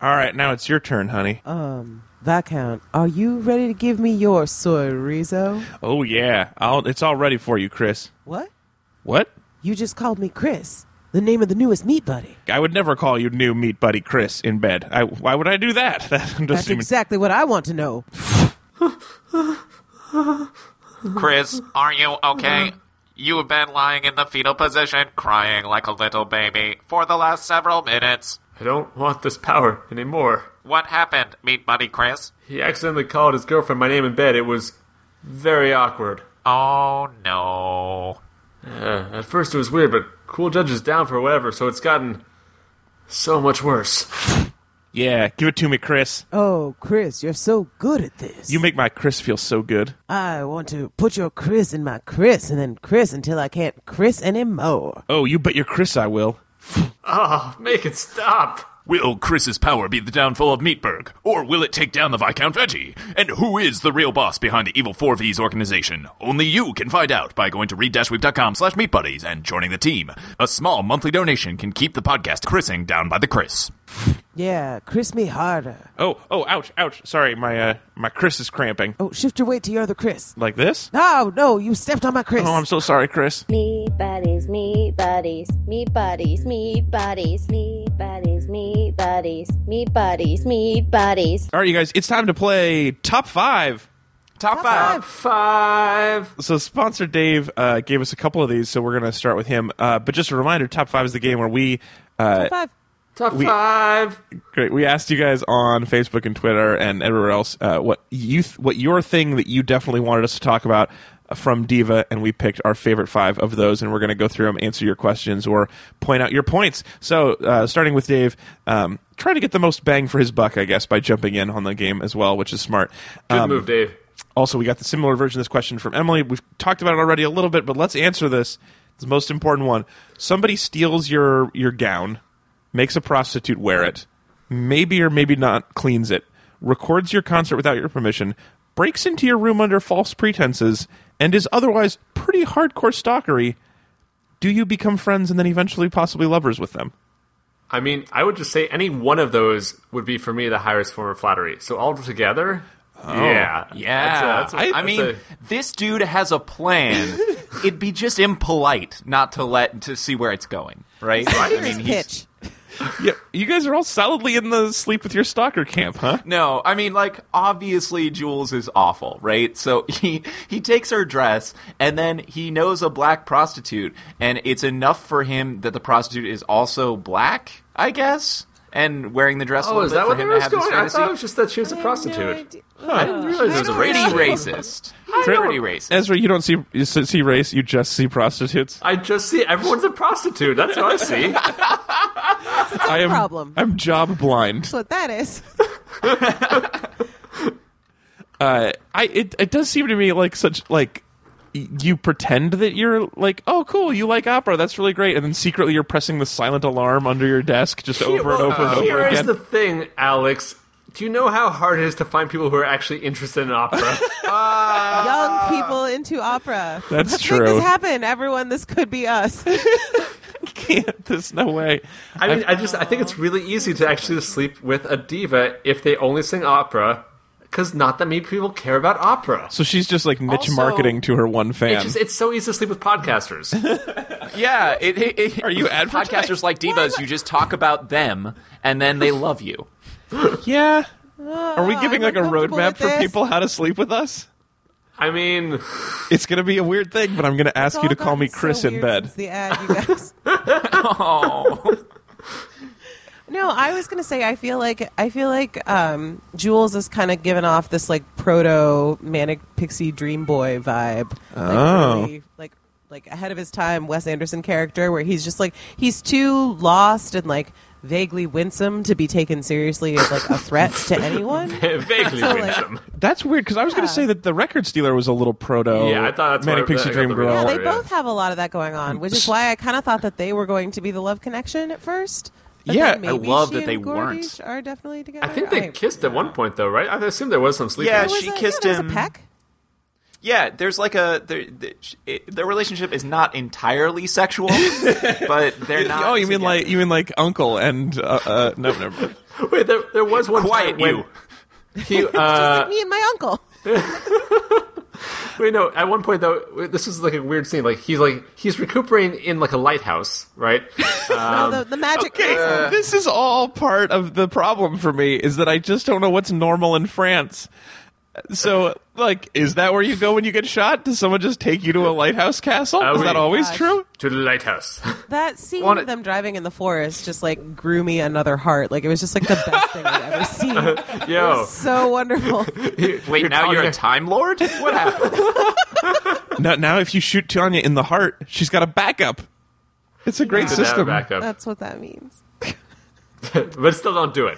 Speaker 1: All right, now it's your turn, honey.
Speaker 2: Viscount, are you ready to give me your chorizo?
Speaker 1: oh yeah, I'll, it's all ready for you, Chris.
Speaker 2: What?
Speaker 1: What?
Speaker 2: You just called me Chris, the name of the newest meat buddy.
Speaker 1: I would never call you new meat buddy Chris in bed. I, why would I do that? That doesn't
Speaker 2: That's
Speaker 1: even-
Speaker 2: exactly what I want to know.
Speaker 6: Chris, are you okay? You've been lying in the fetal position, crying like a little baby, for the last several minutes.
Speaker 4: I don't want this power anymore.
Speaker 6: What happened, meat buddy Chris?
Speaker 4: He accidentally called his girlfriend my name in bed. It was very awkward.
Speaker 6: Oh no.
Speaker 4: Uh, at first it was weird, but Cool Judge is down for whatever, so it's gotten so much worse.
Speaker 1: yeah, give it to me, Chris.
Speaker 2: Oh, Chris, you're so good at this.
Speaker 1: You make my Chris feel so good.
Speaker 2: I want to put your Chris in my Chris and then Chris until I can't Chris anymore.
Speaker 1: Oh, you bet your Chris I will.
Speaker 4: Oh, make it stop!
Speaker 7: Will Chris's power be the downfall of Meatburg, or will it take down the Viscount Veggie? And who is the real boss behind the evil 4V's organization? Only you can find out by going to read-weep.com slash meatbuddies and joining the team. A small monthly donation can keep the podcast Chrissing down by the Chris.
Speaker 2: Yeah, Chris me harder.
Speaker 1: Oh, oh, ouch, ouch. Sorry, my uh, my Chris is cramping.
Speaker 2: Oh, shift your weight to your other Chris.
Speaker 1: Like this?
Speaker 2: No, no, you stepped on my Chris.
Speaker 1: Oh, I'm so sorry, Chris.
Speaker 8: Meat buddies, meat buddies, meat buddies, meat buddies, meat buddies, meat buddies, meat buddies, meat buddies.
Speaker 1: All right, you guys, it's time to play top five.
Speaker 3: Top, five.
Speaker 4: Five!
Speaker 1: So, sponsor Dave uh, gave us a couple of these, so we're going to start with him. Uh, but just a reminder, top five is the game where we uh,
Speaker 2: Five.
Speaker 4: Top five!
Speaker 1: great. We asked you guys on Facebook and Twitter and everywhere else uh, what you th- what your thing that you definitely wanted us to talk about uh, from Diva, and we picked our favorite five of those, and we're going to go through them, answer your questions, or point out your points. So, uh, starting with Dave, um, try to get the most bang for his buck, I guess, by jumping in on the game as well, which is smart.
Speaker 4: Good
Speaker 1: Um,
Speaker 4: move, Dave.
Speaker 1: also, we got the similar version of this question from Emily. We've talked about it already a little bit, but let's answer this. It's the most important one. Somebody steals your your gown, makes a prostitute wear it, maybe or maybe not cleans it, records your concert without your permission, breaks into your room under false pretenses, and is otherwise pretty hardcore stalkery. Do you become friends and then eventually possibly lovers with them?
Speaker 4: I mean, I would just say any one of those would be for me the highest form of flattery. So all together, yeah,
Speaker 3: Yeah,
Speaker 4: That's a- that's a-
Speaker 3: I
Speaker 4: that's
Speaker 3: mean,
Speaker 4: a-
Speaker 3: this dude has a plan. It'd be just impolite not to let to see where it's going, right? I
Speaker 2: Here's
Speaker 3: he's-
Speaker 2: pitch.
Speaker 1: Yeah, you guys are all solidly in the sleep with your stalker camp, huh?
Speaker 3: No, I mean like obviously Jules is awful, right? So he he takes her dress and then he knows a black prostitute and it's enough for him that the prostitute is also black, I guess, and wearing the dress a
Speaker 4: Oh,
Speaker 3: little
Speaker 4: is
Speaker 3: bit
Speaker 4: that
Speaker 3: for
Speaker 4: what
Speaker 3: him to
Speaker 4: that was
Speaker 3: have this
Speaker 4: going? I
Speaker 3: fantasy.
Speaker 4: thought it was just that she was a prostitute. I didn't realize it was a
Speaker 3: Pretty
Speaker 4: race.
Speaker 3: racist. Pretty racist.
Speaker 1: Ezra, you don't see you s- see race, you just see prostitutes.
Speaker 4: I just see everyone's a prostitute. That's what I see.
Speaker 1: I am
Speaker 2: problem.
Speaker 1: I'm job blind.
Speaker 2: That's what that is.
Speaker 1: uh, I it, it does seem to me like such like y- you pretend that you're like oh cool you like opera that's really great and then secretly you're pressing the silent alarm under your desk just over and over and over
Speaker 4: Here is
Speaker 1: again
Speaker 4: the thing, Alex. Do you know how hard it is to find people who are actually interested in opera?
Speaker 2: Young people into opera.
Speaker 1: that's
Speaker 2: Make
Speaker 1: true
Speaker 2: this happen, everyone. This could be us.
Speaker 1: can't there's no way
Speaker 4: I mean, I just I think it's really easy to actually sleep with a diva if they only sing opera, because not that many people care about opera.
Speaker 1: so she's just like niche
Speaker 3: Also-
Speaker 1: marketing to her one fan
Speaker 4: It's just it's so easy to sleep with podcasters.
Speaker 3: Yeah, it, it, it-
Speaker 1: Are you advertising?
Speaker 3: podcasters like divas? You just talk about them and then they love you.
Speaker 1: yeah are we giving
Speaker 2: Ah, I'm
Speaker 1: like a
Speaker 2: uncomfortable
Speaker 1: roadmap
Speaker 2: with
Speaker 1: for
Speaker 2: this.
Speaker 1: people how to sleep with us
Speaker 4: I mean,
Speaker 1: it's gonna be a weird thing but i'm gonna ask you to call me
Speaker 2: It's all
Speaker 1: chris
Speaker 2: gotten so
Speaker 1: in
Speaker 2: weird
Speaker 1: bed
Speaker 2: since the ad, you guys. No, I was gonna say I feel like I feel like um, Jules is kind of giving off this like proto manic pixie dream boy vibe,
Speaker 1: Oh.
Speaker 2: like, really, like like ahead of his time Wes Anderson character, where he's just like he's too lost and like vaguely winsome to be taken seriously as like a threat to anyone.
Speaker 4: vaguely
Speaker 2: So, like-
Speaker 4: winsome.
Speaker 1: that's weird because i was gonna say that the record stealer was a little proto
Speaker 4: Yeah, I thought that's
Speaker 1: manic
Speaker 4: what I-
Speaker 1: pixie
Speaker 4: I got
Speaker 1: dream
Speaker 4: the
Speaker 1: girl
Speaker 4: real-
Speaker 2: Yeah,
Speaker 4: Oh,
Speaker 2: they
Speaker 4: yeah.
Speaker 2: both have a lot of that going on, which is why I kind of thought that they were going to be the love connection at first. But
Speaker 1: Yeah,
Speaker 2: then
Speaker 1: I
Speaker 2: maybe
Speaker 3: love
Speaker 2: she
Speaker 3: that
Speaker 2: and
Speaker 3: they
Speaker 2: Gordy
Speaker 3: weren't.
Speaker 2: Are definitely together.
Speaker 4: I think they kissed at one point though, right? I assume there was some sleeping.
Speaker 3: Yeah,
Speaker 2: There was
Speaker 3: she
Speaker 2: a- yeah,
Speaker 3: kissed
Speaker 2: there was a
Speaker 3: him.
Speaker 2: peck.
Speaker 3: Yeah, there's like a their the, their relationship is not entirely sexual, but they're not.
Speaker 1: Oh, you mean
Speaker 3: together.
Speaker 1: like you mean like uncle and uh, uh no, never mind.
Speaker 4: Wait, there, there was one
Speaker 3: Quiet
Speaker 4: time when He, uh,
Speaker 2: me and my uncle.
Speaker 4: wait, no. At one point though, this is like a weird scene. Like he's like he's recuperating in like a lighthouse, right?
Speaker 2: No, the, the magic.
Speaker 1: Okay, this is all part of the problem for me is that I just don't know what's normal in France. So, like, is that where you go when you get shot? Does someone just take you to a lighthouse castle?
Speaker 4: Oh,
Speaker 1: is that
Speaker 4: wait.
Speaker 1: always
Speaker 2: Gosh.
Speaker 1: true?
Speaker 4: to the lighthouse.
Speaker 2: That scene
Speaker 3: Wanna-
Speaker 2: of them driving in the forest just like grew me another heart. Like it was just like the best thing I've ever seen.
Speaker 4: Yo,
Speaker 2: So wonderful.
Speaker 3: Wait, now
Speaker 4: talking
Speaker 3: you're a
Speaker 4: to-
Speaker 3: time lord? What happened?
Speaker 1: Now, now if you shoot Tanya in the heart, she's got a backup. It's a great
Speaker 4: Did that
Speaker 1: system.
Speaker 4: back up.
Speaker 2: That's what that means.
Speaker 4: but still don't do it.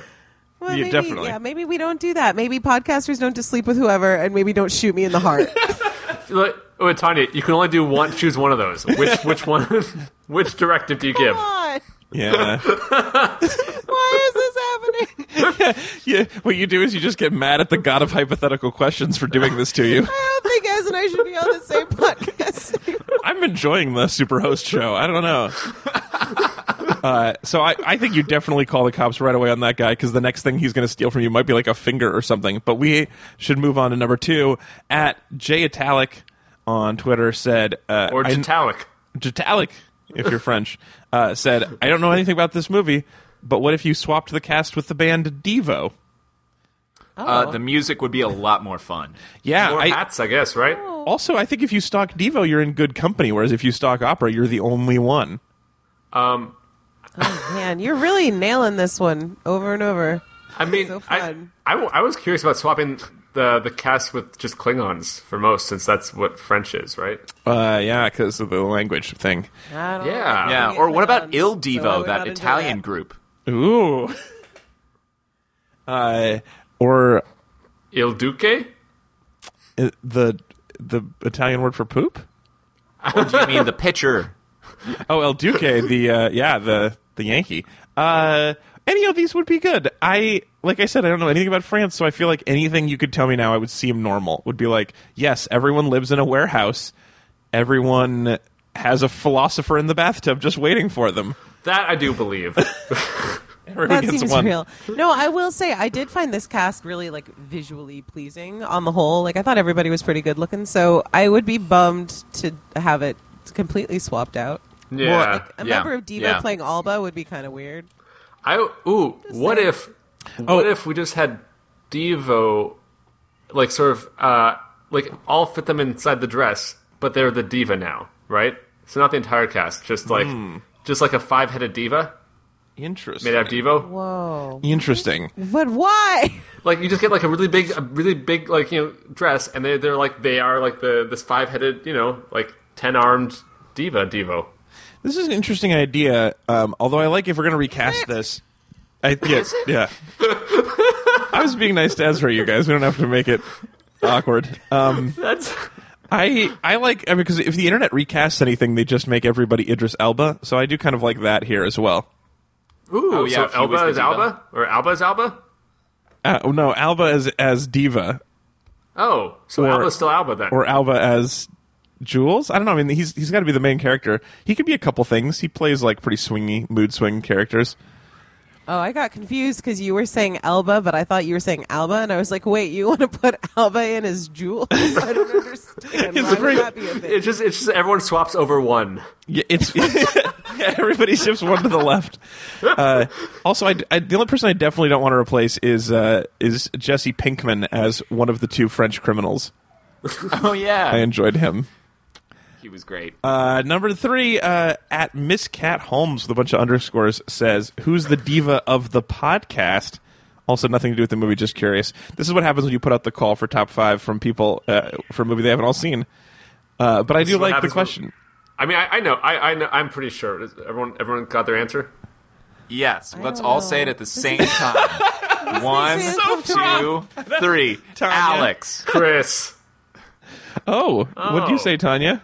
Speaker 2: Well,
Speaker 1: Yeah,
Speaker 2: maybe,
Speaker 1: definitely.
Speaker 2: Yeah, maybe we don't do that. Maybe podcasters don't just sleep with whoever, and maybe don't shoot me in the heart.
Speaker 4: Look, wait, Tanya, you can only do one. Choose one of those. Which which one? which directive do you give?
Speaker 2: Come on.
Speaker 1: Yeah.
Speaker 2: Why is this happening?
Speaker 1: yeah. What you do is you just get mad at the god of hypothetical questions for doing this to you.
Speaker 2: I don't think Ez and I should be on the same podcast. anymore.
Speaker 1: I'm enjoying the superhost show. I don't know. Uh, so I, I think you definitely call the cops right away on that guy because the next thing he's going to steal from you might be like a finger or something. But we should move on to number two. At Jay Italic on Twitter said, uh,
Speaker 4: Or
Speaker 1: I-
Speaker 4: Jitalic.
Speaker 1: Jitalik, if you're French, uh, said, I don't know anything about this movie, but what if you swapped the cast with the band Devo?
Speaker 3: Uh, the music would be a lot more fun.
Speaker 1: Yeah,
Speaker 4: Or
Speaker 1: I-
Speaker 4: hats, I guess, right?
Speaker 1: also I think if you stalk Devo, you're in good company. Whereas if you stalk opera, you're the only one.
Speaker 4: Um,
Speaker 2: Man, you're really nailing this one over and over.
Speaker 4: I mean,
Speaker 2: So
Speaker 4: I,
Speaker 2: fun.
Speaker 4: I, w- I was curious about swapping the the cast with just Klingons for most, since that's what French is, right?
Speaker 1: Uh, yeah, because of the language thing.
Speaker 2: I don't
Speaker 4: Yeah.
Speaker 3: Yeah,
Speaker 2: Yeah,
Speaker 3: or what about
Speaker 2: sounds-
Speaker 3: Il
Speaker 2: so I
Speaker 3: Divo,
Speaker 2: would not
Speaker 3: that
Speaker 2: enjoy
Speaker 3: Italian
Speaker 2: that.
Speaker 3: group?
Speaker 1: Ooh. Uh, or
Speaker 4: Il Duque.
Speaker 1: uh, the the Italian word for poop?
Speaker 3: Or do you mean the pitcher?
Speaker 1: Oh, El Duque, the uh, yeah, the the Yankee. Uh, any of these would be good. I like I said, I don't know anything about France, so I feel like anything you could tell me now, I would seem normal. Would be like, yes, everyone lives in a warehouse. Everyone has a philosopher in the bathtub just waiting for them.
Speaker 4: That I do believe.
Speaker 1: Everyone
Speaker 2: that
Speaker 1: gets
Speaker 2: seems
Speaker 1: one.
Speaker 2: real. No, I will say I did find this cast really like visually pleasing on the whole. Like I thought everybody was pretty good looking, so I would be bummed to have it completely swapped out.
Speaker 4: Yeah,
Speaker 2: Like a
Speaker 4: yeah,
Speaker 2: member of Diva
Speaker 4: yeah.
Speaker 2: playing Alba would be kind of weird.
Speaker 4: I ooh, what
Speaker 2: saying.
Speaker 4: if
Speaker 3: Oh.
Speaker 4: what if we just had Devo like sort of uh like all fit them inside the dress, but they're the diva now, right? So not the entire cast, just like
Speaker 3: Hmm.
Speaker 4: just like a five headed diva made
Speaker 1: Interesting.
Speaker 4: out of Devo.
Speaker 2: Whoa!
Speaker 1: Interesting.
Speaker 2: But why?
Speaker 4: Like you just get like a really big a really big like, you know, dress and they they're like they are like the this five headed, you know, like ten armed diva Devo.
Speaker 1: This is an interesting idea. Um, although I like if we're going to recast this. I yeah, yeah. I was being nice to Ezra, you guys. We don't have to make it awkward. Um,
Speaker 4: That's
Speaker 1: I I like I mean, because if the internet recasts anything, they just make everybody Idris Elba. So I do kind of like that here as well.
Speaker 4: Ooh,
Speaker 3: Oh, yeah, if
Speaker 4: so
Speaker 3: he was
Speaker 4: Elba
Speaker 3: the
Speaker 4: is
Speaker 3: diva.
Speaker 4: Alba? Or Alba is Alba?
Speaker 1: Uh, oh, no, Alba as as diva
Speaker 4: Oh, so
Speaker 1: Or-
Speaker 4: Alba's still Alba then.
Speaker 1: or Alba as Jules. I don't know. I mean, he's he's got to be the main character. He could be a couple things. He plays like pretty swingy, mood swing characters.
Speaker 2: Oh, I got confused because you were saying Elba, but I thought you were saying Alba, and I was like, wait, you want to put Alba in as Jules? I don't understand.
Speaker 1: It's
Speaker 2: Why would
Speaker 1: very-
Speaker 2: that be a thing?
Speaker 4: It's just it's just everyone swaps over one.
Speaker 1: Yeah, it's yeah, everybody shifts one to the left. Uh, also, I, I- the only person I definitely don't want to replace is uh, is Jesse Pinkman as one of the two French criminals.
Speaker 3: Oh
Speaker 1: I
Speaker 3: yeah,
Speaker 1: enjoyed him.
Speaker 3: he was great.
Speaker 1: Uh, number three, uh, at Miss Cat Holmes with a bunch of underscores says, "Who's the diva of the podcast?" Also, nothing to do with the movie. Just curious. This is what happens when you put out the call for top five from people uh, for a movie they haven't all seen. Uh, but I do
Speaker 4: is what
Speaker 1: like the
Speaker 4: happens when-
Speaker 1: question.
Speaker 4: I mean, I, I know, I, I know, I'm pretty sure. Is Everyone, everyone got their answer.
Speaker 3: Yes, let's
Speaker 2: don't
Speaker 3: all
Speaker 2: know.
Speaker 3: say it at the same time. One,
Speaker 2: makes me uncomfortable.
Speaker 3: two, three.
Speaker 1: Tanya.
Speaker 3: Alex.
Speaker 4: Chris.
Speaker 1: Oh, what did
Speaker 4: Oh.
Speaker 1: you say, Tanya?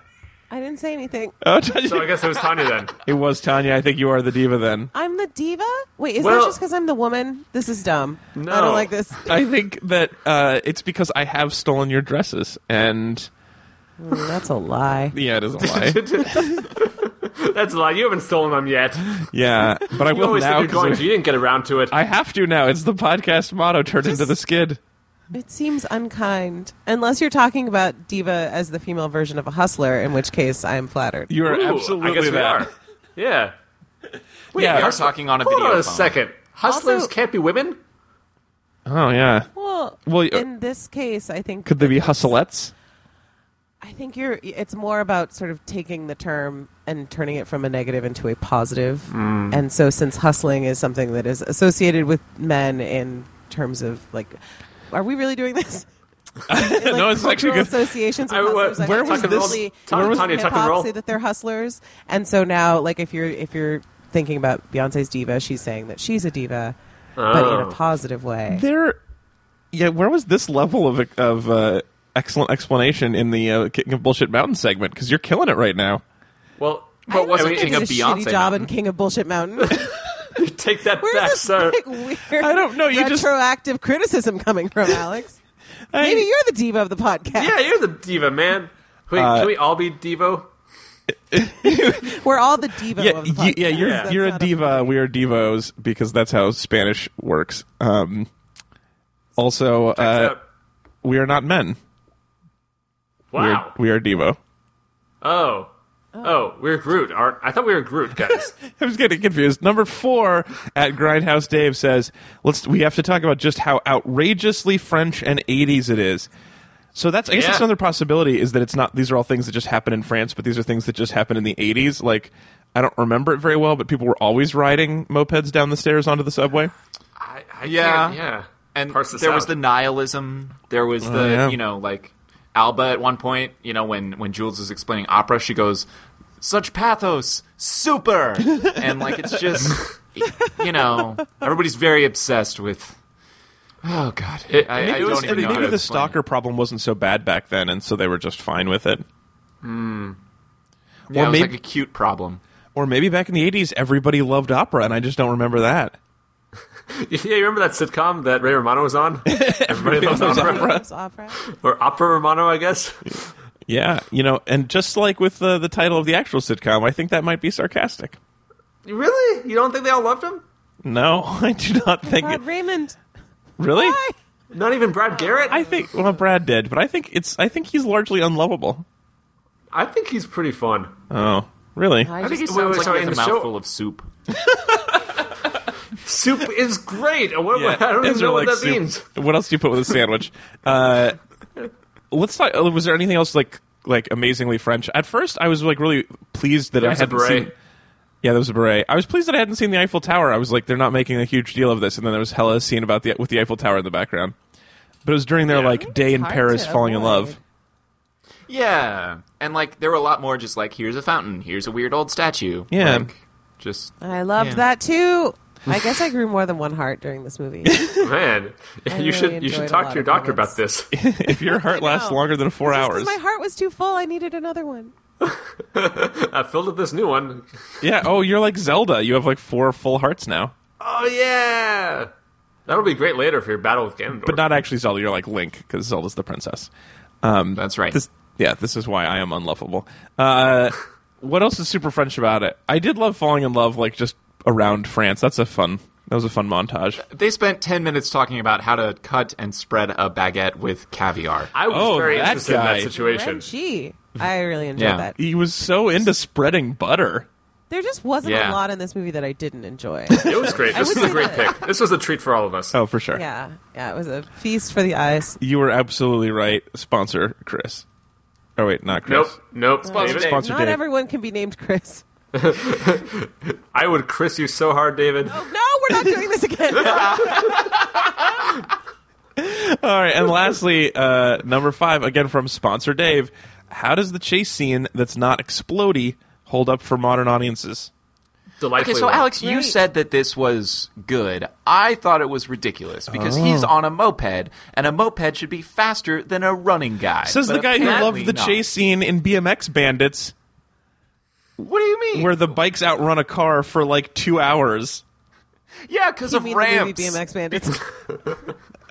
Speaker 2: I didn't say anything.
Speaker 1: Oh, Tanya.
Speaker 4: So I guess it was Tanya then.
Speaker 1: It was Tanya. I think you are the diva then.
Speaker 2: I'm the diva? Wait, is
Speaker 4: Well-
Speaker 2: that just because I'm the woman? This is dumb. I
Speaker 4: No.
Speaker 2: don't like this.
Speaker 1: I think that uh, it's because I have stolen your dresses, and
Speaker 2: Mm, that's a lie.
Speaker 1: yeah, it is a lie.
Speaker 4: That's a lie. You haven't stolen them yet.
Speaker 1: yeah, but I
Speaker 4: You
Speaker 1: will
Speaker 4: always
Speaker 1: now.
Speaker 4: think you're going
Speaker 1: 'cause
Speaker 4: to. You didn't get around to it.
Speaker 1: I have to now. It's the podcast motto turned into the skid.
Speaker 2: It seems unkind. Unless you're talking about diva as the female version of a hustler, in which case I am flattered.
Speaker 1: You are
Speaker 4: Ooh,
Speaker 1: absolutely
Speaker 4: I guess we
Speaker 1: that.
Speaker 4: are. Yeah.
Speaker 1: yeah.
Speaker 3: We are talking on a
Speaker 4: Hold
Speaker 3: video
Speaker 4: on a
Speaker 3: phone.
Speaker 4: second. Hustlers
Speaker 2: Also-
Speaker 4: can't be women.
Speaker 1: Oh yeah.
Speaker 2: Well,
Speaker 1: Well, y- uh,
Speaker 2: in this case, I think
Speaker 1: Could they be hustlettes?
Speaker 2: I think you're. It's more about sort of taking the term and turning it from a negative into a positive. And so, since hustling is something that is associated with men in terms of like, are we really doing this? In, like,
Speaker 1: No, it's actually
Speaker 2: cultural
Speaker 1: good.
Speaker 2: associations. With
Speaker 4: I-
Speaker 2: hustlers,
Speaker 4: where
Speaker 2: think
Speaker 1: was
Speaker 2: it's
Speaker 1: this-
Speaker 2: mostly
Speaker 4: Tanya,
Speaker 2: in
Speaker 4: Tanya, Tanya,
Speaker 2: hip-hop
Speaker 4: tuck and roll.
Speaker 2: Say that they're hustlers, and so now, like, if you're if you're thinking about Beyonce's diva, she's saying that she's a diva, but in a
Speaker 4: Oh.
Speaker 2: positive way.
Speaker 1: There. Yeah. Where was this level of of uh, excellent explanation in the uh, King of Bullshit Mountain segment? Because you're killing it right now.
Speaker 4: Well,
Speaker 2: I
Speaker 4: but
Speaker 2: also
Speaker 4: wasn't
Speaker 2: think
Speaker 3: King
Speaker 2: they
Speaker 3: of
Speaker 2: did a shitty
Speaker 3: Beyonce
Speaker 2: job in
Speaker 3: Mountain.
Speaker 2: King of Bullshit Mountain.
Speaker 4: take that
Speaker 2: Where's
Speaker 4: back,
Speaker 2: this
Speaker 4: sir.
Speaker 2: like, weird?
Speaker 1: I don't know, you just-
Speaker 2: retroactive criticism coming from Alex.
Speaker 1: I-
Speaker 2: Maybe you're the diva of the podcast.
Speaker 4: Yeah, you're the diva, man. Wait,
Speaker 1: Uh,
Speaker 4: can we all be Devo?
Speaker 2: We're all the diva
Speaker 1: yeah,
Speaker 2: of the podcast.
Speaker 1: yeah, you're
Speaker 2: That's
Speaker 1: you're a
Speaker 2: not
Speaker 1: diva. we are divos because that's how Spanish works. Um, also, uh,
Speaker 4: Except-
Speaker 1: we are not men. We are-
Speaker 4: wow.
Speaker 1: we are divo.
Speaker 4: oh. Oh, we're Groot, aren't? I thought we were Groot, guys.
Speaker 1: I was getting confused. Number four at Grindhouse Dave says, "Let's. We have to talk about just how outrageously French and '80s it is." So that's I guess
Speaker 4: Yeah.
Speaker 1: that's another possibility is that it's not. These are all things that just happen in France, but these are things that just happen in the '80s. Like I don't remember it very well, but people were always riding mopeds down the stairs onto the subway.
Speaker 4: I, I
Speaker 3: Yeah.
Speaker 4: can't- yeah.
Speaker 3: And
Speaker 4: Parse this
Speaker 3: there was
Speaker 4: out.
Speaker 3: the nihilism. There was the
Speaker 1: Oh, yeah.
Speaker 3: you know like Alba at one point. You know when when Jules is explaining opera, she goes, "Such pathos, super," and like it's just you know everybody's very obsessed with. Oh God,
Speaker 4: It-
Speaker 3: I,
Speaker 4: maybe
Speaker 3: I
Speaker 4: it was-
Speaker 3: don't even
Speaker 4: it-
Speaker 3: know how
Speaker 1: Maybe
Speaker 3: to
Speaker 1: the
Speaker 3: explain it.
Speaker 1: stalker problem wasn't so bad back then, and so they were just fine with it.
Speaker 3: Hmm. Yeah,
Speaker 1: or
Speaker 3: it was
Speaker 1: maybe-
Speaker 3: like a cute problem.
Speaker 1: Or maybe back in the '80s, everybody loved opera, and I just don't remember that.
Speaker 4: Yeah, you remember that sitcom that Ray Romano was on? Everybody loves
Speaker 1: loves
Speaker 4: opera.
Speaker 2: the diva's opera.
Speaker 4: Or Opera Romano, I guess.
Speaker 1: Yeah, you know, and just like with the the title of the actual sitcom, I think that might be sarcastic.
Speaker 4: Really? You don't think they all loved him?
Speaker 1: No, I do not think it.
Speaker 2: God, Raymond.
Speaker 1: Really?
Speaker 2: Hi.
Speaker 4: Not even Brad Garrett.
Speaker 1: I think well, Brad did, but I think it's I think he's largely unlovable.
Speaker 4: I think he's pretty fun.
Speaker 1: Oh, really?
Speaker 3: I, think he
Speaker 4: just-
Speaker 3: sounds
Speaker 4: wait, wait,
Speaker 3: like
Speaker 4: sorry,
Speaker 3: he
Speaker 4: in
Speaker 3: has a
Speaker 4: the show-
Speaker 3: mouthful of soup.
Speaker 4: Soup is great. What,
Speaker 1: Yeah,
Speaker 4: I don't even
Speaker 1: those are
Speaker 4: know what
Speaker 1: like
Speaker 4: that
Speaker 1: soup.
Speaker 4: means.
Speaker 1: What else do you put with a sandwich? Uh, let's talk. uh, Was there anything else like like amazingly French? At first, I was like really pleased that I
Speaker 4: There's a
Speaker 1: hadn't
Speaker 4: beret.
Speaker 1: seen. Yeah, there was a beret. I was pleased that I hadn't seen the Eiffel Tower. I was like, they're not making a huge deal of this, and then there was hella a scene about the with the Eiffel Tower in the background. But it was during their like day in
Speaker 2: hard
Speaker 1: Paris,
Speaker 2: to
Speaker 1: falling in
Speaker 2: avoid.
Speaker 1: love.
Speaker 3: Yeah, and like there were a lot more just like here's a fountain, here's a weird old statue.
Speaker 1: Yeah.
Speaker 3: Like, just
Speaker 2: I loved
Speaker 3: Yeah.
Speaker 2: that too. I guess I grew more than one heart during this movie.
Speaker 4: Man, you should
Speaker 2: really
Speaker 4: you should
Speaker 2: enjoyed a
Speaker 4: talk
Speaker 2: lot
Speaker 4: to your
Speaker 2: of
Speaker 4: doctor
Speaker 2: moments.
Speaker 4: about this.
Speaker 1: if your heart lasts
Speaker 2: know.
Speaker 1: longer than four
Speaker 2: Just 'cause
Speaker 1: hours,
Speaker 2: My heart was too full. I needed another one.
Speaker 4: I filled Uh, up this new one.
Speaker 1: yeah. Oh, you're like Zelda. You have like four full hearts now,
Speaker 4: Oh yeah, that'll be great later for your battle with Ganondorf.
Speaker 1: but not actually Zelda. You're like Link because Zelda's the princess.
Speaker 3: that's right.
Speaker 1: This, yeah, this is why I am unlovable. Uh, what else is super French about it? I did love falling in love, like just around France. That's a fun. That was a fun montage.
Speaker 3: they spent ten minutes talking about how to cut and spread a baguette with caviar.
Speaker 4: I was
Speaker 1: Oh,
Speaker 4: very
Speaker 1: that
Speaker 4: interested in
Speaker 1: guy.
Speaker 4: that situation.
Speaker 2: Gee, I really enjoyed
Speaker 3: Yeah.
Speaker 2: that.
Speaker 1: He was so into spreading butter.
Speaker 2: There just wasn't a
Speaker 3: Yeah.
Speaker 2: lot in this movie that I didn't enjoy.
Speaker 4: It was great.
Speaker 2: I
Speaker 4: This
Speaker 2: would
Speaker 4: was a
Speaker 2: say
Speaker 4: great
Speaker 2: that-
Speaker 4: pick. This was a treat for all of us.
Speaker 1: Oh, for sure.
Speaker 2: yeah, yeah, it was a feast for the eyes.
Speaker 1: You were absolutely right. Sponsor Chris. Oh wait, not Chris.
Speaker 4: Nope, nope. David.
Speaker 1: Dave. Sponsor
Speaker 2: Not
Speaker 1: Dave.
Speaker 2: everyone can be named Chris.
Speaker 4: I would Chris you so hard, David.
Speaker 2: No, we're not doing this again.
Speaker 1: All right, and lastly, uh, number five again from sponsor Dave. How does the chase scene that's not explodey hold up for modern audiences?
Speaker 4: Delightfully.
Speaker 3: Okay, so
Speaker 4: well.
Speaker 3: Alex, you
Speaker 2: Right.
Speaker 3: said that this was good. I thought it was ridiculous because he's on a moped, and a moped should be faster than a running guy.
Speaker 1: Says
Speaker 3: But
Speaker 1: the guy who
Speaker 3: apparently
Speaker 1: loved the
Speaker 3: not.
Speaker 1: chase scene in BMX Bandits,
Speaker 3: What do you mean?
Speaker 1: where the bikes outrun a car for like two hours.
Speaker 3: yeah, because
Speaker 2: you
Speaker 3: of
Speaker 2: mean
Speaker 3: ramps.
Speaker 2: the movie BMX Bandits?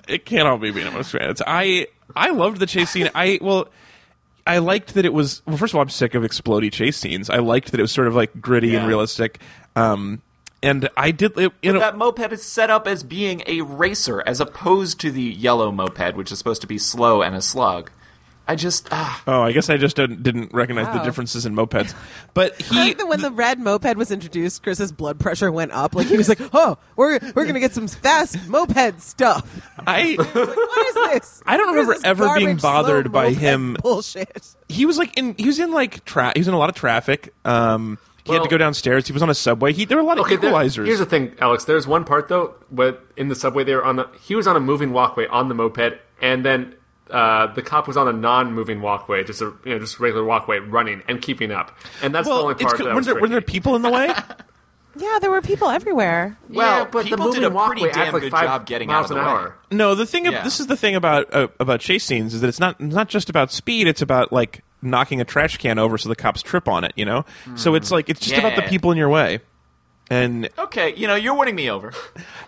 Speaker 1: it can't all be BMX bandits. I I loved the chase scene. I well, I liked that it was. Well, first of all, I'm sick of explodey chase scenes. I liked that it was sort of like gritty and
Speaker 3: Yeah.
Speaker 1: realistic. Um, and I did. It, you know,
Speaker 3: that moped is set up as being a racer as opposed to the yellow moped, which is supposed to be slow and a slug. I just ah,
Speaker 1: oh, I guess I just didn't, didn't recognize the
Speaker 2: Wow.
Speaker 1: differences in mopeds. But
Speaker 2: I
Speaker 1: he.
Speaker 2: think that when the red moped was introduced, Chris's blood pressure went up. Like he was like, "Oh, we're we're gonna get some fast moped stuff."
Speaker 1: I.
Speaker 2: Like, what is this?
Speaker 1: I don't
Speaker 2: What is
Speaker 1: remember
Speaker 2: this
Speaker 1: ever being
Speaker 2: garbage,
Speaker 1: bothered
Speaker 2: slow
Speaker 1: by
Speaker 2: moped
Speaker 1: him-
Speaker 2: Bullshit.
Speaker 1: He was like in. He was in like tra- He was in a lot of traffic. Um. He had
Speaker 4: Well-
Speaker 1: to go downstairs. He was on a subway. He there were a lot of
Speaker 4: Okay, there-
Speaker 1: equalizers.
Speaker 4: here's the thing, Alex. There's one part though, where in the subway they were on the. He was on a moving walkway on the moped, and then uh, the cop was on a non-moving walkway, just a you know just regular walkway, running and keeping up. And that's the
Speaker 1: well,
Speaker 4: only
Speaker 1: it's
Speaker 4: part
Speaker 1: good-
Speaker 4: that
Speaker 1: were
Speaker 4: was
Speaker 1: there, were there
Speaker 4: tricky.
Speaker 1: people in the way?
Speaker 2: Yeah, there were people everywhere.
Speaker 4: Well,
Speaker 3: Yeah,
Speaker 4: but the
Speaker 3: people did
Speaker 4: moving
Speaker 3: a pretty
Speaker 4: walkway
Speaker 3: damn
Speaker 4: adds like
Speaker 3: good
Speaker 4: five
Speaker 3: job getting
Speaker 4: miles
Speaker 3: out of
Speaker 4: an
Speaker 3: the way.
Speaker 4: hour.
Speaker 1: No, the thing.
Speaker 3: Yeah.
Speaker 1: This is the thing about uh, about chase scenes is that it's not not just about speed. It's about like knocking a trash can over so the cops trip on it. You know, so it's like it's just about the
Speaker 3: Mm. Yeah.
Speaker 1: people in your way. And
Speaker 3: okay. You know, you're winning me over.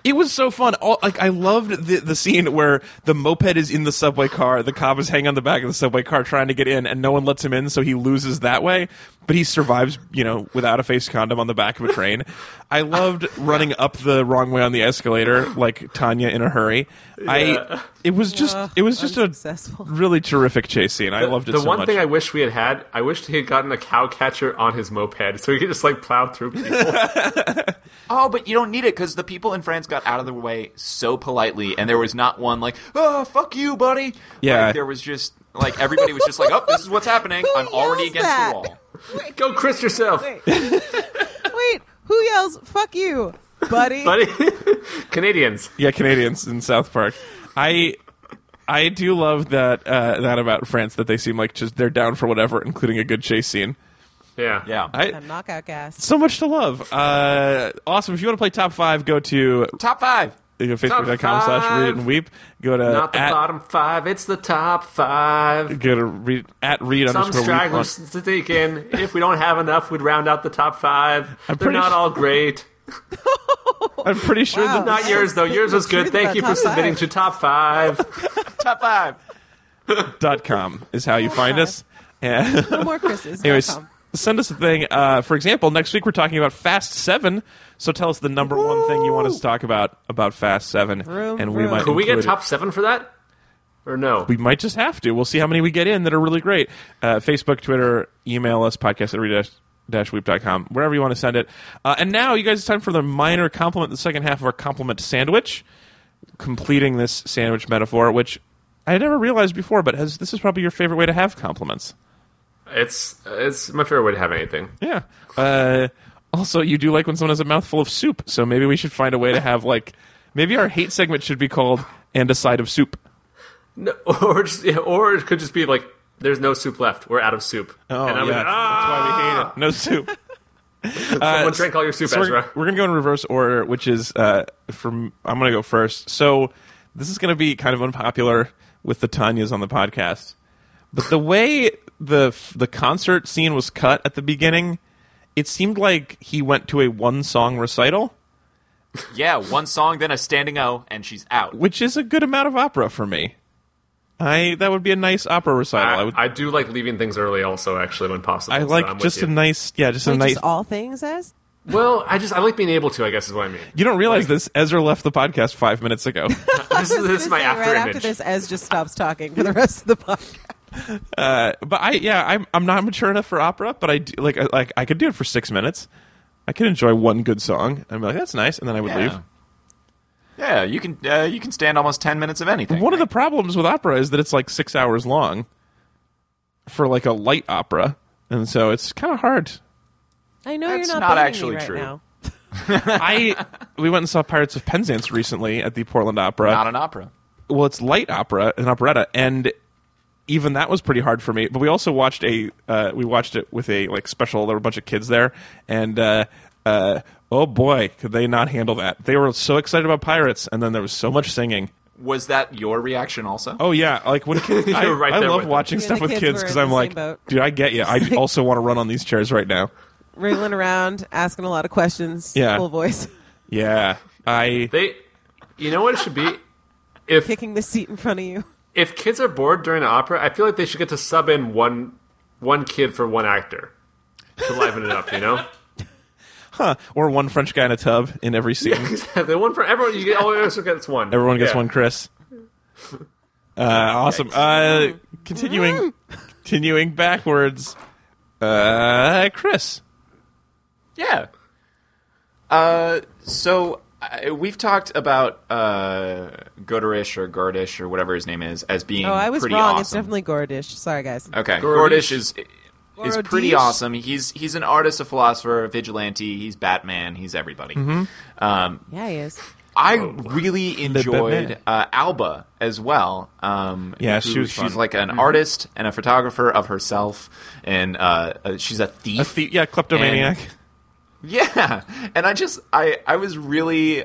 Speaker 1: it was so fun. All, like I loved the the scene where the moped is in the subway car, the cop is hanging on the back of the subway car trying to get in, and no one lets him in, so he loses that way. But he survives, you know, without a face condom on the back of a train. I loved running up the wrong way on the escalator, like Tanya in a hurry. I it was just
Speaker 2: Ugh,
Speaker 1: it was just
Speaker 2: unsuccessful.
Speaker 1: a really terrific chase scene. I loved it
Speaker 4: The
Speaker 1: so
Speaker 4: one
Speaker 1: much.
Speaker 4: thing I wish we had had, I wished he had gotten a cow catcher on his moped so he could just like plow through people.
Speaker 3: Oh, but you don't need it because the people in France got out of the way so politely, and there was not one like, "Oh, fuck you, buddy."
Speaker 1: Yeah.
Speaker 3: like, there was just like everybody was just like, "Oh, this is what's happening.
Speaker 2: Who
Speaker 3: I'm already
Speaker 2: yells
Speaker 3: against
Speaker 2: that?
Speaker 3: the wall."
Speaker 4: Go, Chris yourself,
Speaker 2: Wait, who yells "fuck you, buddy"?
Speaker 4: buddy. Canadians.
Speaker 1: yeah, Canadians in South Park. I I do love that uh, that about France that they seem like just they're down for whatever, including a good chase scene.
Speaker 4: Yeah.
Speaker 3: Yeah,
Speaker 1: I,
Speaker 2: Some knockout gas.
Speaker 1: so much to love. Uh, awesome. If you want to play top five, go to
Speaker 3: top five.
Speaker 1: facebook.com
Speaker 4: Top
Speaker 1: slash read it and
Speaker 4: five.
Speaker 1: weep. Go to
Speaker 4: Not the
Speaker 1: at,
Speaker 4: bottom five, it's the top five.
Speaker 1: Go to read, at read
Speaker 4: Some
Speaker 1: underscore weep. on-
Speaker 4: stragglers to take in. If we don't have enough, we'd round out the top 5
Speaker 1: I'm
Speaker 4: They're
Speaker 1: pretty
Speaker 4: not
Speaker 1: su-
Speaker 4: all great.
Speaker 1: I'm pretty sure
Speaker 2: Wow.
Speaker 1: that
Speaker 4: Not yours though. Yours was good.
Speaker 2: Oh. Truth
Speaker 4: Thank
Speaker 2: about
Speaker 4: you for
Speaker 2: top
Speaker 4: submitting
Speaker 2: five.
Speaker 4: to top five.
Speaker 3: Top five.
Speaker 1: dot com is how you find us. And
Speaker 2: No more Chris's.
Speaker 1: anyways,
Speaker 2: Dot com.
Speaker 1: send us a thing. Uh, for example, next week we're talking about Fast Seven. So tell us the number one thing you want us to talk about about Fast Seven,
Speaker 2: Vroom,
Speaker 1: and we
Speaker 2: vroom.
Speaker 1: might
Speaker 4: Could we get
Speaker 1: include it.
Speaker 4: top seven for that? Or no?
Speaker 1: We might just have to. We'll see how many we get in that are really great. Uh, Facebook, Twitter, email us, podcast at read dash weep.com, wherever you want to send it. Uh, and now, you guys, it's time for the minor compliment, the second half of our compliment sandwich, completing this sandwich metaphor, which I never realized before, but has, this is probably your favorite way to have compliments.
Speaker 4: It's it's my favorite way to have anything.
Speaker 1: Yeah. Uh, also, you do like when someone has a mouthful of soup, so maybe we should find a way to have, like, maybe our hate segment should be called And a Side of Soup.
Speaker 4: No, or just, yeah, or it could just be like there's no soup left. We're out of soup.
Speaker 1: Oh,
Speaker 4: and I'm
Speaker 1: yeah. Uh,
Speaker 4: like,
Speaker 1: That's
Speaker 4: ah,
Speaker 1: why we hate it. No soup.
Speaker 4: someone drank all your soup,
Speaker 1: So we're,
Speaker 4: Ezra.
Speaker 1: we're gonna go in reverse order, which is uh, from I'm gonna go first. So this is gonna be kind of unpopular with the Tanyas on the podcast, but the way the the concert scene was cut at the beginning, it seemed like he went to a one song recital,
Speaker 3: Yeah, one song, then a standing O, and she's out.
Speaker 1: which is a good amount of opera for me. I that would be a nice opera recital. I,
Speaker 4: I,
Speaker 1: would.
Speaker 4: I do like leaving things early, also, actually, when possible.
Speaker 1: I
Speaker 4: so
Speaker 1: like
Speaker 4: I'm with
Speaker 1: just
Speaker 4: you.
Speaker 1: a nice, yeah, just a
Speaker 2: Like,
Speaker 1: nice.
Speaker 2: just all things as
Speaker 4: Well, I just I like being able to. I guess is what I mean.
Speaker 1: you don't realize this. Ezra left the podcast five minutes ago.
Speaker 4: This is this is my after
Speaker 2: right
Speaker 4: image.
Speaker 2: after this, Ez just stops talking for the rest of the podcast.
Speaker 1: but I yeah, I'm I'm not mature enough for opera, but I do, like I- like I could do it for six minutes. I could enjoy one good song and be like, that's nice, and then I would leave.
Speaker 3: Yeah, you can uh, you can stand almost ten minutes of anything.
Speaker 1: One of the problems with opera is that it's like six hours long for like a light opera, and so it's kind of hard.
Speaker 2: I know
Speaker 3: That's
Speaker 2: you're not,
Speaker 3: not
Speaker 2: baiting me
Speaker 3: actually
Speaker 2: right
Speaker 3: true.
Speaker 2: Now.
Speaker 1: I we went and saw Pirates of Penzance recently at the Portland Opera.
Speaker 3: not an opera.
Speaker 1: well, it's light opera, an operetta, and even that was pretty hard for me. But we also watched a uh, we watched it with a like special. There were a bunch of kids there, and uh, uh, oh boy, could they not handle that? They were so excited about pirates, and then there was so much singing.
Speaker 3: Was that your reaction also?
Speaker 1: Oh yeah, like when kids, I,
Speaker 4: were right
Speaker 1: I
Speaker 4: there
Speaker 1: love
Speaker 4: with them.
Speaker 1: watching
Speaker 2: Yeah,
Speaker 1: stuff
Speaker 2: the
Speaker 1: with
Speaker 2: kids
Speaker 1: kids
Speaker 2: were
Speaker 1: because
Speaker 2: in
Speaker 1: I'm
Speaker 2: the
Speaker 1: like,
Speaker 2: same boat.
Speaker 1: dude, I get you. I also want to run on these chairs right now.
Speaker 2: Wriggling around, asking a lot of questions.
Speaker 1: Yeah.
Speaker 2: Full voice.
Speaker 1: Yeah, I
Speaker 4: They, you know what it should be. If
Speaker 2: Kicking the seat in front of you.
Speaker 4: if kids are bored during an opera, I feel like they should get to sub in one one kid for one actor to liven it up. You know,
Speaker 1: or one French guy in a tub in every scene.
Speaker 4: the one for everyone. You get always gets one.
Speaker 1: Everyone gets
Speaker 4: Yeah.
Speaker 1: one, Chris. Uh, awesome. Uh, continuing, continuing backwards. Uh, Chris,
Speaker 3: Yeah. Uh, so uh, we've talked about uh, Goderish or Gordish or whatever his name is as being
Speaker 2: Oh, I was
Speaker 3: pretty
Speaker 2: wrong. It's
Speaker 3: awesome.
Speaker 2: definitely Gordish. Sorry, guys.
Speaker 3: Okay,
Speaker 4: Gordish.
Speaker 3: Gordish is is
Speaker 2: Gorodish?
Speaker 3: pretty awesome. He's he's an artist, a philosopher, a vigilante. He's Batman. He's everybody. Um,
Speaker 2: Yeah, he is.
Speaker 3: I really enjoyed
Speaker 1: Batman.
Speaker 3: uh, Alba as well. Um,
Speaker 1: Yeah,
Speaker 3: who-
Speaker 1: she was
Speaker 3: she's
Speaker 1: fun. Mm-hmm.
Speaker 3: like an artist and a photographer of herself, and uh, uh, she's a thief.
Speaker 1: a the- yeah, kleptomaniac.
Speaker 3: And- Yeah, and I just I I was really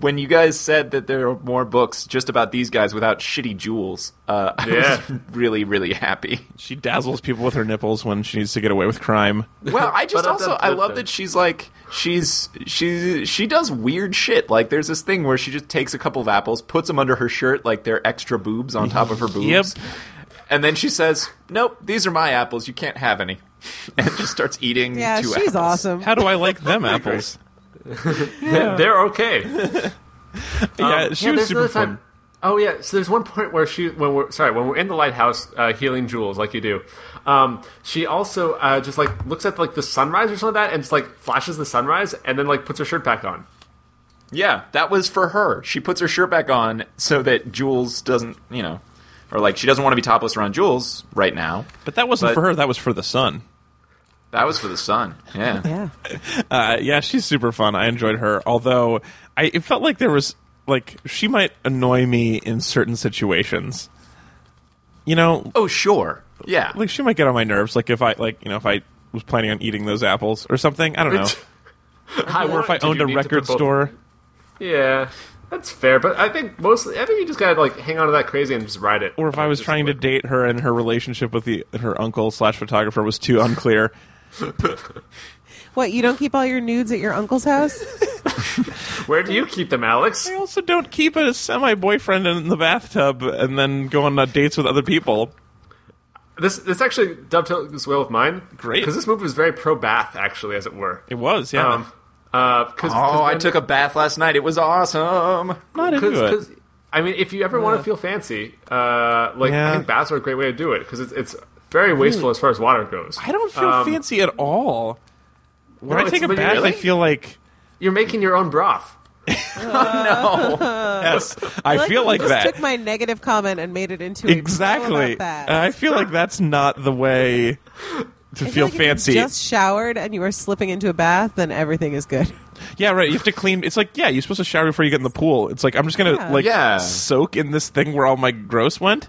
Speaker 3: when you guys said that there are more books just about these guys without shitty jewels. Uh, I
Speaker 4: Yeah.
Speaker 3: was really really happy.
Speaker 1: she dazzles people with her nipples when she needs to get away with crime.
Speaker 3: Well, I just
Speaker 4: But I
Speaker 3: also
Speaker 4: thought
Speaker 3: I
Speaker 4: that
Speaker 3: love
Speaker 4: the-
Speaker 3: that she's like she's she she does weird shit. Like there's this thing where she just takes a couple of apples, puts them under her shirt like they're extra boobs on top of her boobs.
Speaker 1: Yep.
Speaker 3: And then she says, "Nope, these are my apples. You can't have any." And just starts eating
Speaker 2: Yeah,
Speaker 3: two
Speaker 2: she's
Speaker 3: apples.
Speaker 2: awesome.
Speaker 1: How do I like them apples?
Speaker 4: They're, they're okay.
Speaker 1: yeah, Uh, she was
Speaker 4: Um, there's
Speaker 1: super
Speaker 4: another
Speaker 1: fun.
Speaker 4: time- Oh yeah, so there's one point where she, when we're sorry, when we're in the lighthouse uh, healing jewels, like you do, um, she also uh, just like looks at like the sunrise or something like that, and just like flashes the sunrise, and then like puts her shirt back on.
Speaker 3: Yeah, that was for her. She puts her shirt back on so that Jules doesn't, you know, or like she doesn't want to be topless around Jules right now.
Speaker 1: But that wasn't
Speaker 3: but-
Speaker 1: for her. That was for the sun.
Speaker 3: That was for the sun. Yeah.
Speaker 2: Yeah.
Speaker 1: Uh, yeah, she's super fun. I enjoyed her. Although I, it felt like there was like she might annoy me in certain situations. You know,
Speaker 3: Oh, sure. Yeah.
Speaker 1: like she might get on my nerves like if i like you know if i was planning on eating those apples or something i don't know
Speaker 4: I
Speaker 1: or if i owned a record store
Speaker 4: Yeah, that's fair, but I think mostly, I think you just gotta like hang on to that crazy and just ride it.
Speaker 1: or if i was
Speaker 4: Just
Speaker 1: trying to
Speaker 4: like-
Speaker 1: date her and her relationship with the her uncle slash photographer was too unclear
Speaker 2: What, you don't keep all your nudes at your uncle's house?
Speaker 4: Where do you keep them, Alex?
Speaker 1: i also don't keep a semi boyfriend in the bathtub and then go on uh, dates with other people
Speaker 4: This this actually dovetails well with mine.
Speaker 1: Great.
Speaker 4: because this movie was very pro bath, actually, as it were.
Speaker 1: It was, yeah.
Speaker 4: Um, uh, cause,
Speaker 3: Oh, I took a bath last night. It was awesome.
Speaker 1: not into it.
Speaker 4: because I mean, if you ever want to feel fancy, uh, like
Speaker 1: Yeah.
Speaker 4: I think baths are a great way to do it because it's it's very wasteful as far as water goes.
Speaker 1: I don't feel
Speaker 4: um,
Speaker 1: fancy at all. When
Speaker 4: No,
Speaker 1: I take
Speaker 4: it's-
Speaker 1: a
Speaker 4: but you
Speaker 1: bath, I
Speaker 4: really-
Speaker 1: feel like
Speaker 4: You're making your own broth.
Speaker 1: yes, I feel
Speaker 2: you
Speaker 1: like
Speaker 2: Uh, just
Speaker 1: that.
Speaker 2: Took my negative comment and made it into a- How
Speaker 1: exactly.
Speaker 2: about that?
Speaker 1: I feel like that's not the way to
Speaker 2: I
Speaker 1: feel
Speaker 2: like if you
Speaker 1: fancy.
Speaker 2: Just showered and you are slipping into a bath, then everything is good.
Speaker 1: Yeah, right. You have to clean. It's like yeah, you're supposed to shower before you get in the pool. It's like I'm just gonna
Speaker 2: Yeah.
Speaker 1: like
Speaker 3: Yeah.
Speaker 1: soak in this thing where all my gross went.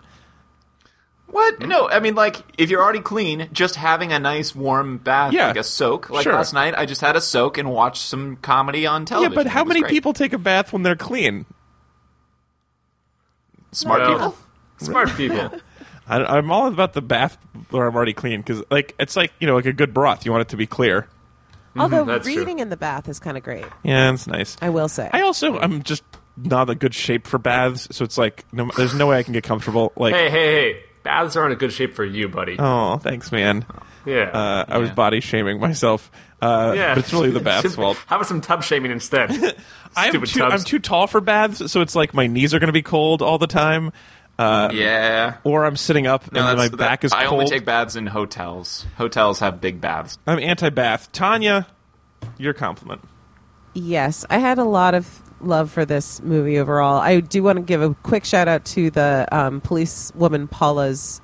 Speaker 3: What? No, I mean, like, if you're already clean, just having a nice warm bath,
Speaker 1: Yeah.
Speaker 3: like a soak. Like
Speaker 1: Sure.
Speaker 3: last night, I just had a soak and watched some comedy on television.
Speaker 1: yeah, but how
Speaker 3: It Oh, was
Speaker 1: many
Speaker 3: great.
Speaker 1: people take a bath when they're clean?
Speaker 3: Smart
Speaker 4: Well,
Speaker 3: people?
Speaker 4: Smart people.
Speaker 1: I, I'm all about the bath where I'm already clean because like it's like you know like a good broth. You want it to be clear.
Speaker 2: Although
Speaker 4: that's true.
Speaker 2: reading in the bath is kind of great.
Speaker 1: Yeah, it's nice.
Speaker 2: I will say.
Speaker 1: I also I'm just not in good shape for baths, so it's like no, there's no way I can get comfortable. Like,
Speaker 4: hey, hey, hey! Baths are in a good shape for you, buddy.
Speaker 1: oh, thanks, man.
Speaker 4: yeah.
Speaker 1: Uh, I was body shaming myself, uh,
Speaker 4: yeah.
Speaker 1: but it's really the bath's fault.
Speaker 4: How about some tub shaming instead?
Speaker 1: I'm
Speaker 4: Stupid
Speaker 1: too,
Speaker 4: tubs.
Speaker 1: I'm too tall for baths, so it's like my knees are going to be cold all the time, Uh,
Speaker 3: Yeah.
Speaker 1: or I'm sitting up
Speaker 3: No,
Speaker 1: and
Speaker 3: that's-
Speaker 1: my
Speaker 3: that-
Speaker 1: back is
Speaker 3: I
Speaker 1: cold.
Speaker 3: only take baths in hotels. Hotels have big baths.
Speaker 1: I'm anti-bath. Tanya, your compliment.
Speaker 2: Yes, I had a lot of love for this movie overall. I do want to give a quick shout out to the um, policewoman Paula's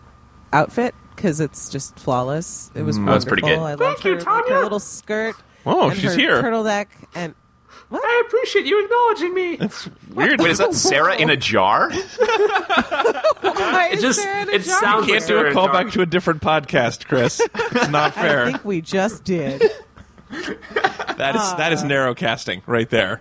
Speaker 2: outfit because it's just flawless. It was
Speaker 3: that was
Speaker 2: wonderful.
Speaker 3: pretty
Speaker 2: I
Speaker 3: good.
Speaker 2: loved
Speaker 4: Thank you,
Speaker 2: her, like, her
Speaker 4: Tanya.
Speaker 2: little skirt.
Speaker 1: Oh,
Speaker 2: and
Speaker 1: she's
Speaker 2: her
Speaker 1: here.
Speaker 2: Turtleneck and
Speaker 4: I appreciate you acknowledging me.
Speaker 1: It's weird.
Speaker 3: Wait, is that Sarah in a jar?
Speaker 2: Why is
Speaker 4: just-
Speaker 2: there in a
Speaker 4: it
Speaker 2: jar?
Speaker 4: sounds-
Speaker 1: can't do a
Speaker 4: Sarah Dark.
Speaker 1: callback to a different podcast, Chris. It's not
Speaker 2: I
Speaker 1: fair.
Speaker 2: think we just did.
Speaker 1: That is that is narrow casting right there.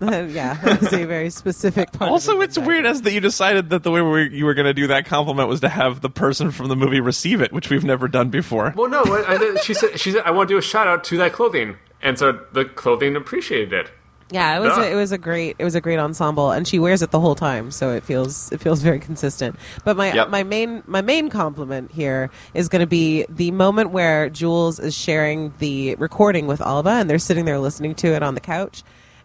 Speaker 2: yeah, that was a very specific part. of
Speaker 1: Also,
Speaker 2: the
Speaker 1: it's
Speaker 2: design.
Speaker 1: weird as that you decided that the way we you were going to do that compliment was to have the person from the movie receive it, which we've never done before.
Speaker 4: Well, no. I, I- she said. She said I want to do a shout out to that clothing, and so the clothing appreciated it.
Speaker 2: Yeah, it was
Speaker 4: Yeah.
Speaker 2: a, it was a great it was a great ensemble, and she wears it the whole time, so it feels it feels very consistent. But my
Speaker 3: Yep.
Speaker 2: my main my main compliment here is going to be the moment where Jules is sharing the recording with Alba, and they're sitting there listening to it on the couch.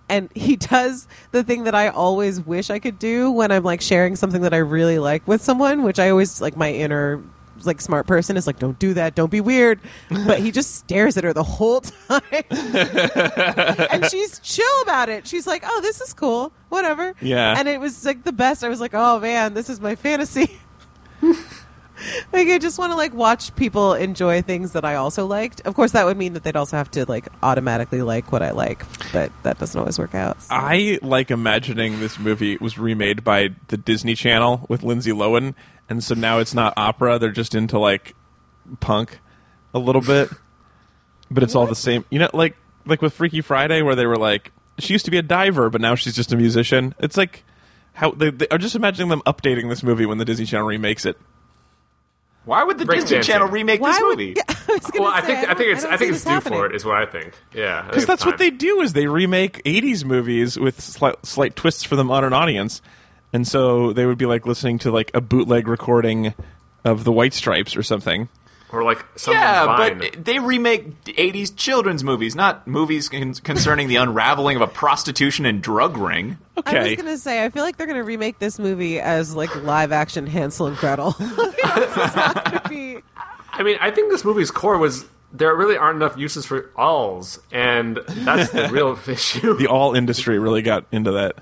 Speaker 2: And he does the thing that I always wish I could do when I'm like sharing something that I really like with someone, which I always like my inner like smart person is like, don't do that, don't be weird. But he just stares at her the whole time and she's chill about it. She's like, "Oh, this is cool, whatever."
Speaker 1: Yeah.
Speaker 2: and it was like the best. I was like, "Oh man, this is my fantasy." like I just want to like watch people enjoy things that I also liked. Of course, that would mean that they'd also have to like automatically like what I like, but that doesn't always work out. so.
Speaker 1: I like imagining this movie was remade by the Disney Channel with Lindsay Lohan, and so now it's not opera; they're just into like punk a little bit, but it's all the same. You know, like like with Freaky Friday, where they were like, she used to be a diver, but now she's just a musician. It's like how they, they are just imagining them updating this movie when the Disney Channel remakes it.
Speaker 3: Why would the
Speaker 4: Break
Speaker 3: Disney
Speaker 4: dancing.
Speaker 3: Channel remake
Speaker 2: Why
Speaker 3: this
Speaker 2: would-
Speaker 3: movie?
Speaker 2: I was gonna
Speaker 4: Well, I
Speaker 2: say,
Speaker 4: think I,
Speaker 2: don't-
Speaker 4: think it's
Speaker 2: don't
Speaker 4: I
Speaker 2: see
Speaker 4: think
Speaker 2: this
Speaker 4: it's due for
Speaker 2: happening.
Speaker 4: it is what I think. Yeah,
Speaker 1: Because that's what they do is they remake '80s movies with slight, slight twists for the modern audience, and so they would be like listening to like a bootleg recording of the White Stripes or something.
Speaker 4: or like someone's
Speaker 3: Yeah,
Speaker 4: vine.
Speaker 3: but they remake 80s children's movies, not movies con- concerning the unraveling of a prostitution and drug ring.
Speaker 2: I
Speaker 1: Okay,
Speaker 2: was gonna say, I feel like they're gonna remake this movie as like live action Hansel and Gretel. It's not gonna be-
Speaker 4: I mean, I think this movie's core was there really aren't enough uses for alls, and that's the real issue.
Speaker 1: the all industry really got into that.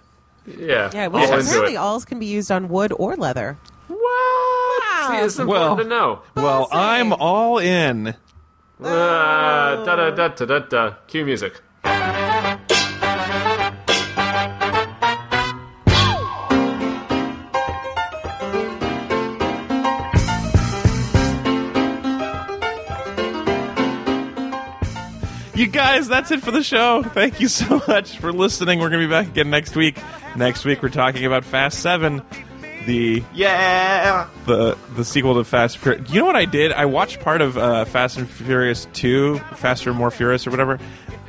Speaker 4: yeah,
Speaker 2: Yeah,
Speaker 4: all
Speaker 2: which
Speaker 4: into
Speaker 2: apparently
Speaker 4: it.
Speaker 2: alls can be used on wood or leather.
Speaker 4: See, it's important
Speaker 1: Well-
Speaker 4: to know.
Speaker 1: Well, I'm all in.
Speaker 2: Oh.
Speaker 4: Uh, da da da da da da. Cue music.
Speaker 1: You guys, that's it for the show. Thank you so much for listening. We're going to be back again next week. Next week, we're talking about Fast 7. the
Speaker 3: Yeah.
Speaker 1: the the sequel to Fast and Furious. You know what I did? I watched part of uh, Fast and Furious Two, Faster More Furious, or whatever.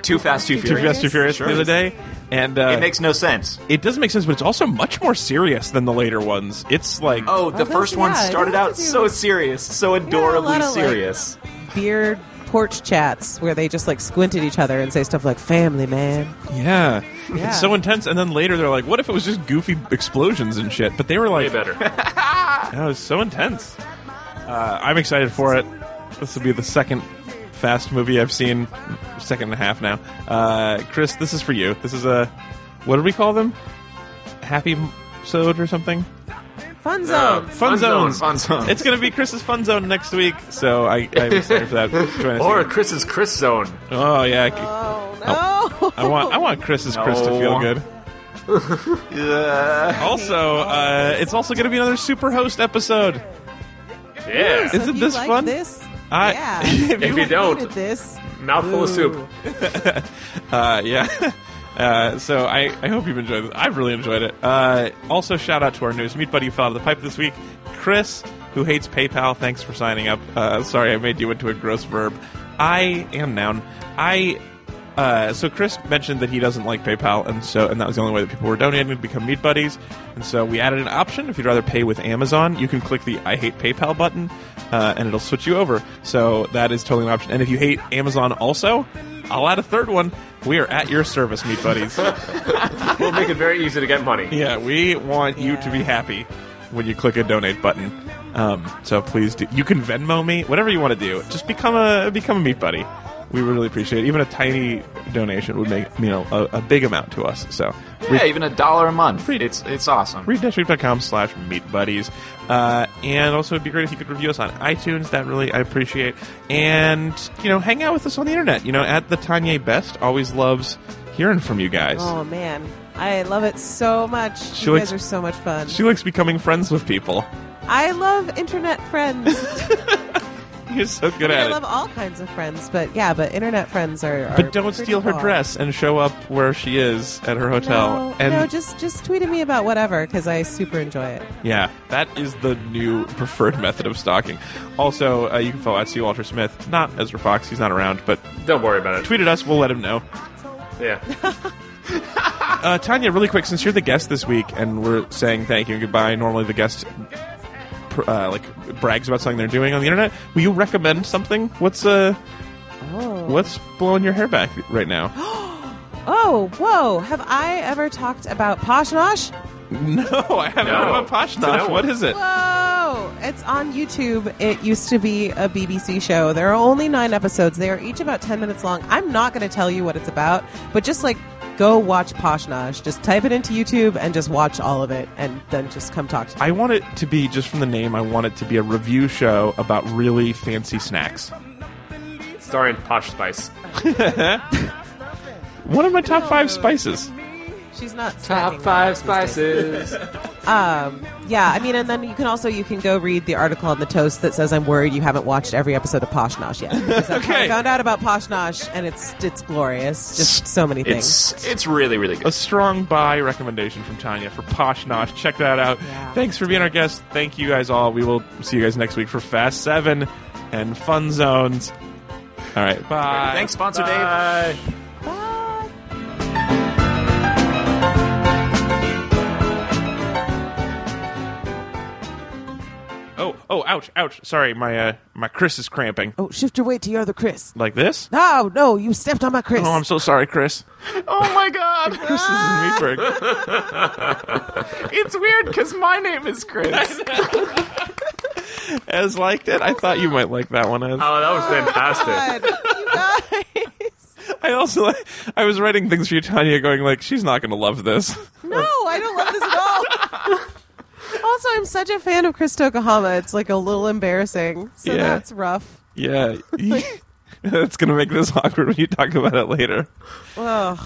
Speaker 3: Too fast, too
Speaker 1: Too
Speaker 3: furious.
Speaker 1: Fast, Too Furious
Speaker 3: Sure.
Speaker 1: the other day, and uh,
Speaker 3: It makes no sense.
Speaker 1: it doesn't make sense, but it's also much more serious than the later ones. It's like
Speaker 3: Oh, the
Speaker 2: that's-
Speaker 3: first one
Speaker 2: yeah, it
Speaker 3: started
Speaker 2: has
Speaker 3: out
Speaker 2: to do
Speaker 3: so
Speaker 2: with-
Speaker 3: serious, so adorably
Speaker 2: of, like-
Speaker 3: serious.
Speaker 2: Beard porch chats where they just like squint at each other and say stuff like "family man."
Speaker 1: yeah.
Speaker 2: Yeah.
Speaker 1: it's so intense. And then later they're like, what if it was just goofy explosions and shit? But they were
Speaker 4: Way
Speaker 1: like,
Speaker 4: better.
Speaker 1: that was so intense. Uh, I'm excited for it. This will be the second Fast movie I've seen, second and a half now. Uh, Chris, this is for you. This is a what do we call them? Happy sode or something?
Speaker 2: Fun zone.
Speaker 1: Fun, zones.
Speaker 4: Fun
Speaker 3: zone.
Speaker 1: It's gonna be Chris's fun zone next week, so I, I'm excited for that. Join us
Speaker 4: Or
Speaker 1: again.
Speaker 4: Chris's Chris Zone.
Speaker 1: oh yeah,
Speaker 2: Oh no!
Speaker 1: I want I want Chris's Chris to feel
Speaker 3: No.
Speaker 1: good. Also, uh, it's also going to be another super host episode.
Speaker 4: Yeah.
Speaker 1: Isn't
Speaker 2: if you
Speaker 1: this
Speaker 2: like
Speaker 1: fun?
Speaker 2: This,
Speaker 1: I-
Speaker 2: yeah.
Speaker 1: If
Speaker 4: you don't-
Speaker 2: hated this,
Speaker 4: Mouthful of
Speaker 2: Ooh.
Speaker 4: soup.
Speaker 1: Uh, yeah. Uh, so I, I hope you've enjoyed this. I've really enjoyed it. Uh, also, shout out to our newest meat buddy who fell out of the pipe this week, Chris, who hates PayPal. Thanks for signing up. Uh, sorry, I made you into a gross verb. I am noun. I. Uh, so Chris mentioned that he doesn't like PayPal, and so and that was the only way that people were donating to become meat buddies. And so we added an option: if you'd rather pay with Amazon, you can click the "I hate PayPal" button, uh, and it'll switch you over. So that is totally an option. And if you hate Amazon, also, I'll add a third one. We are at your service, meat buddies.
Speaker 4: We'll make it very easy to get money.
Speaker 1: yeah, we want you
Speaker 2: Yeah.
Speaker 1: to be happy when you click a donate button. Um, so please do. You can Venmo me, whatever you want to do. Just become a become a meat buddy. We would really appreciate it. Even a tiny donation would make you know a, a big amount to us. So
Speaker 3: Yeah, even a dollar a month. It's it's awesome.
Speaker 1: read slash meat buddies uh, and also it'd be great if you could review us on itunes that really i appreciate and you know hang out with us on the internet you know at the tanya best always loves hearing from you guys
Speaker 2: Oh man, I love it so much.
Speaker 1: She
Speaker 2: you
Speaker 1: likes-
Speaker 2: guys are so much fun.
Speaker 1: she likes becoming friends with people
Speaker 2: I love internet friends.
Speaker 1: you're so good
Speaker 2: I
Speaker 1: at
Speaker 2: love
Speaker 1: it
Speaker 2: all kinds of friends, but yeah, but internet friends are. are
Speaker 1: but don't
Speaker 2: pretty
Speaker 1: steal her
Speaker 2: cool.
Speaker 1: dress and show up where she is at her hotel
Speaker 2: No,
Speaker 1: and
Speaker 2: no, just just tweet at me about whatever because I super enjoy it.
Speaker 1: Yeah, that is the new preferred method of stalking. Also, uh, you can follow at C. Walter Smith, not Ezra Fox. He's not around, but
Speaker 4: Don't worry about it.
Speaker 1: tweet at us. We'll let him know.
Speaker 4: Yeah.
Speaker 1: Uh, Tanya, really quick, since you're the guest this week, and we're saying thank you and goodbye. Normally, the guest pr- uh, like brags about something they're doing on the internet. Will you recommend something? What's uh,
Speaker 2: Oh.
Speaker 1: what's blowing your hair back right now?
Speaker 2: Oh, whoa! Have I ever talked about Poshnosh?
Speaker 1: no, Oh, I haven't
Speaker 4: No.
Speaker 1: heard about Poshnosh.
Speaker 4: No.
Speaker 1: What is it?
Speaker 2: Whoa! Oh, It's on YouTube. It used to be a BBC show. There are only nine episodes. They are each about 10 minutes long. I'm not going to tell you what it's about, but just like go watch Poshnosh. Just type it into YouTube and just watch all of it and then just come talk to me.
Speaker 1: I want it to be just from the name. I want it to be a review show about really fancy snacks.
Speaker 4: Starring Posh Spice.
Speaker 1: One of my top five spices.
Speaker 2: She's not
Speaker 4: Top
Speaker 2: snacking
Speaker 4: five
Speaker 2: these days.
Speaker 4: spices.
Speaker 2: Yeah, I mean, and then you can also you can go read the article on the toast that says I'm worried you haven't watched every episode of Poshnosh yet. Because that's how
Speaker 1: Okay.
Speaker 2: I found out about Poshnosh, and it's it's glorious. Just so many things.
Speaker 3: It's it's really really
Speaker 1: a
Speaker 3: good.
Speaker 1: strong buy recommendation from Tanya for Posh Nosh. Check that out.
Speaker 2: Yeah.
Speaker 1: Thanks for being our guest. Thank you guys all. We will see you guys next week for Fast 7 and Fun Zones. All right. Bye.
Speaker 3: Thanks, sponsor Dave.
Speaker 1: Bye.
Speaker 2: Bye.
Speaker 1: Oh, oh, ouch, ouch. Sorry, my uh, my Chris is cramping.
Speaker 2: Oh, shift your weight to your other Chris.
Speaker 1: Like this?
Speaker 2: No, no, you stepped on my Chris.
Speaker 1: Oh, I'm so sorry, Chris.
Speaker 3: Oh my god.
Speaker 1: Chris is in Meatburg.
Speaker 3: It's weird because my name is Chris.
Speaker 1: As liked it, I thought you might like that one. As
Speaker 4: Oh, that was fantastic.
Speaker 2: God, you guys.
Speaker 1: I also, like, I was writing things for you, Tanya, going like, she's not going to love this.
Speaker 2: No, I don't love this at all. also, I'm such a fan of Chris Tokahama. It's like a little embarrassing. So
Speaker 1: Yeah.
Speaker 2: that's rough.
Speaker 1: Yeah. That's going to make this awkward when you talk about it later.
Speaker 2: Ugh.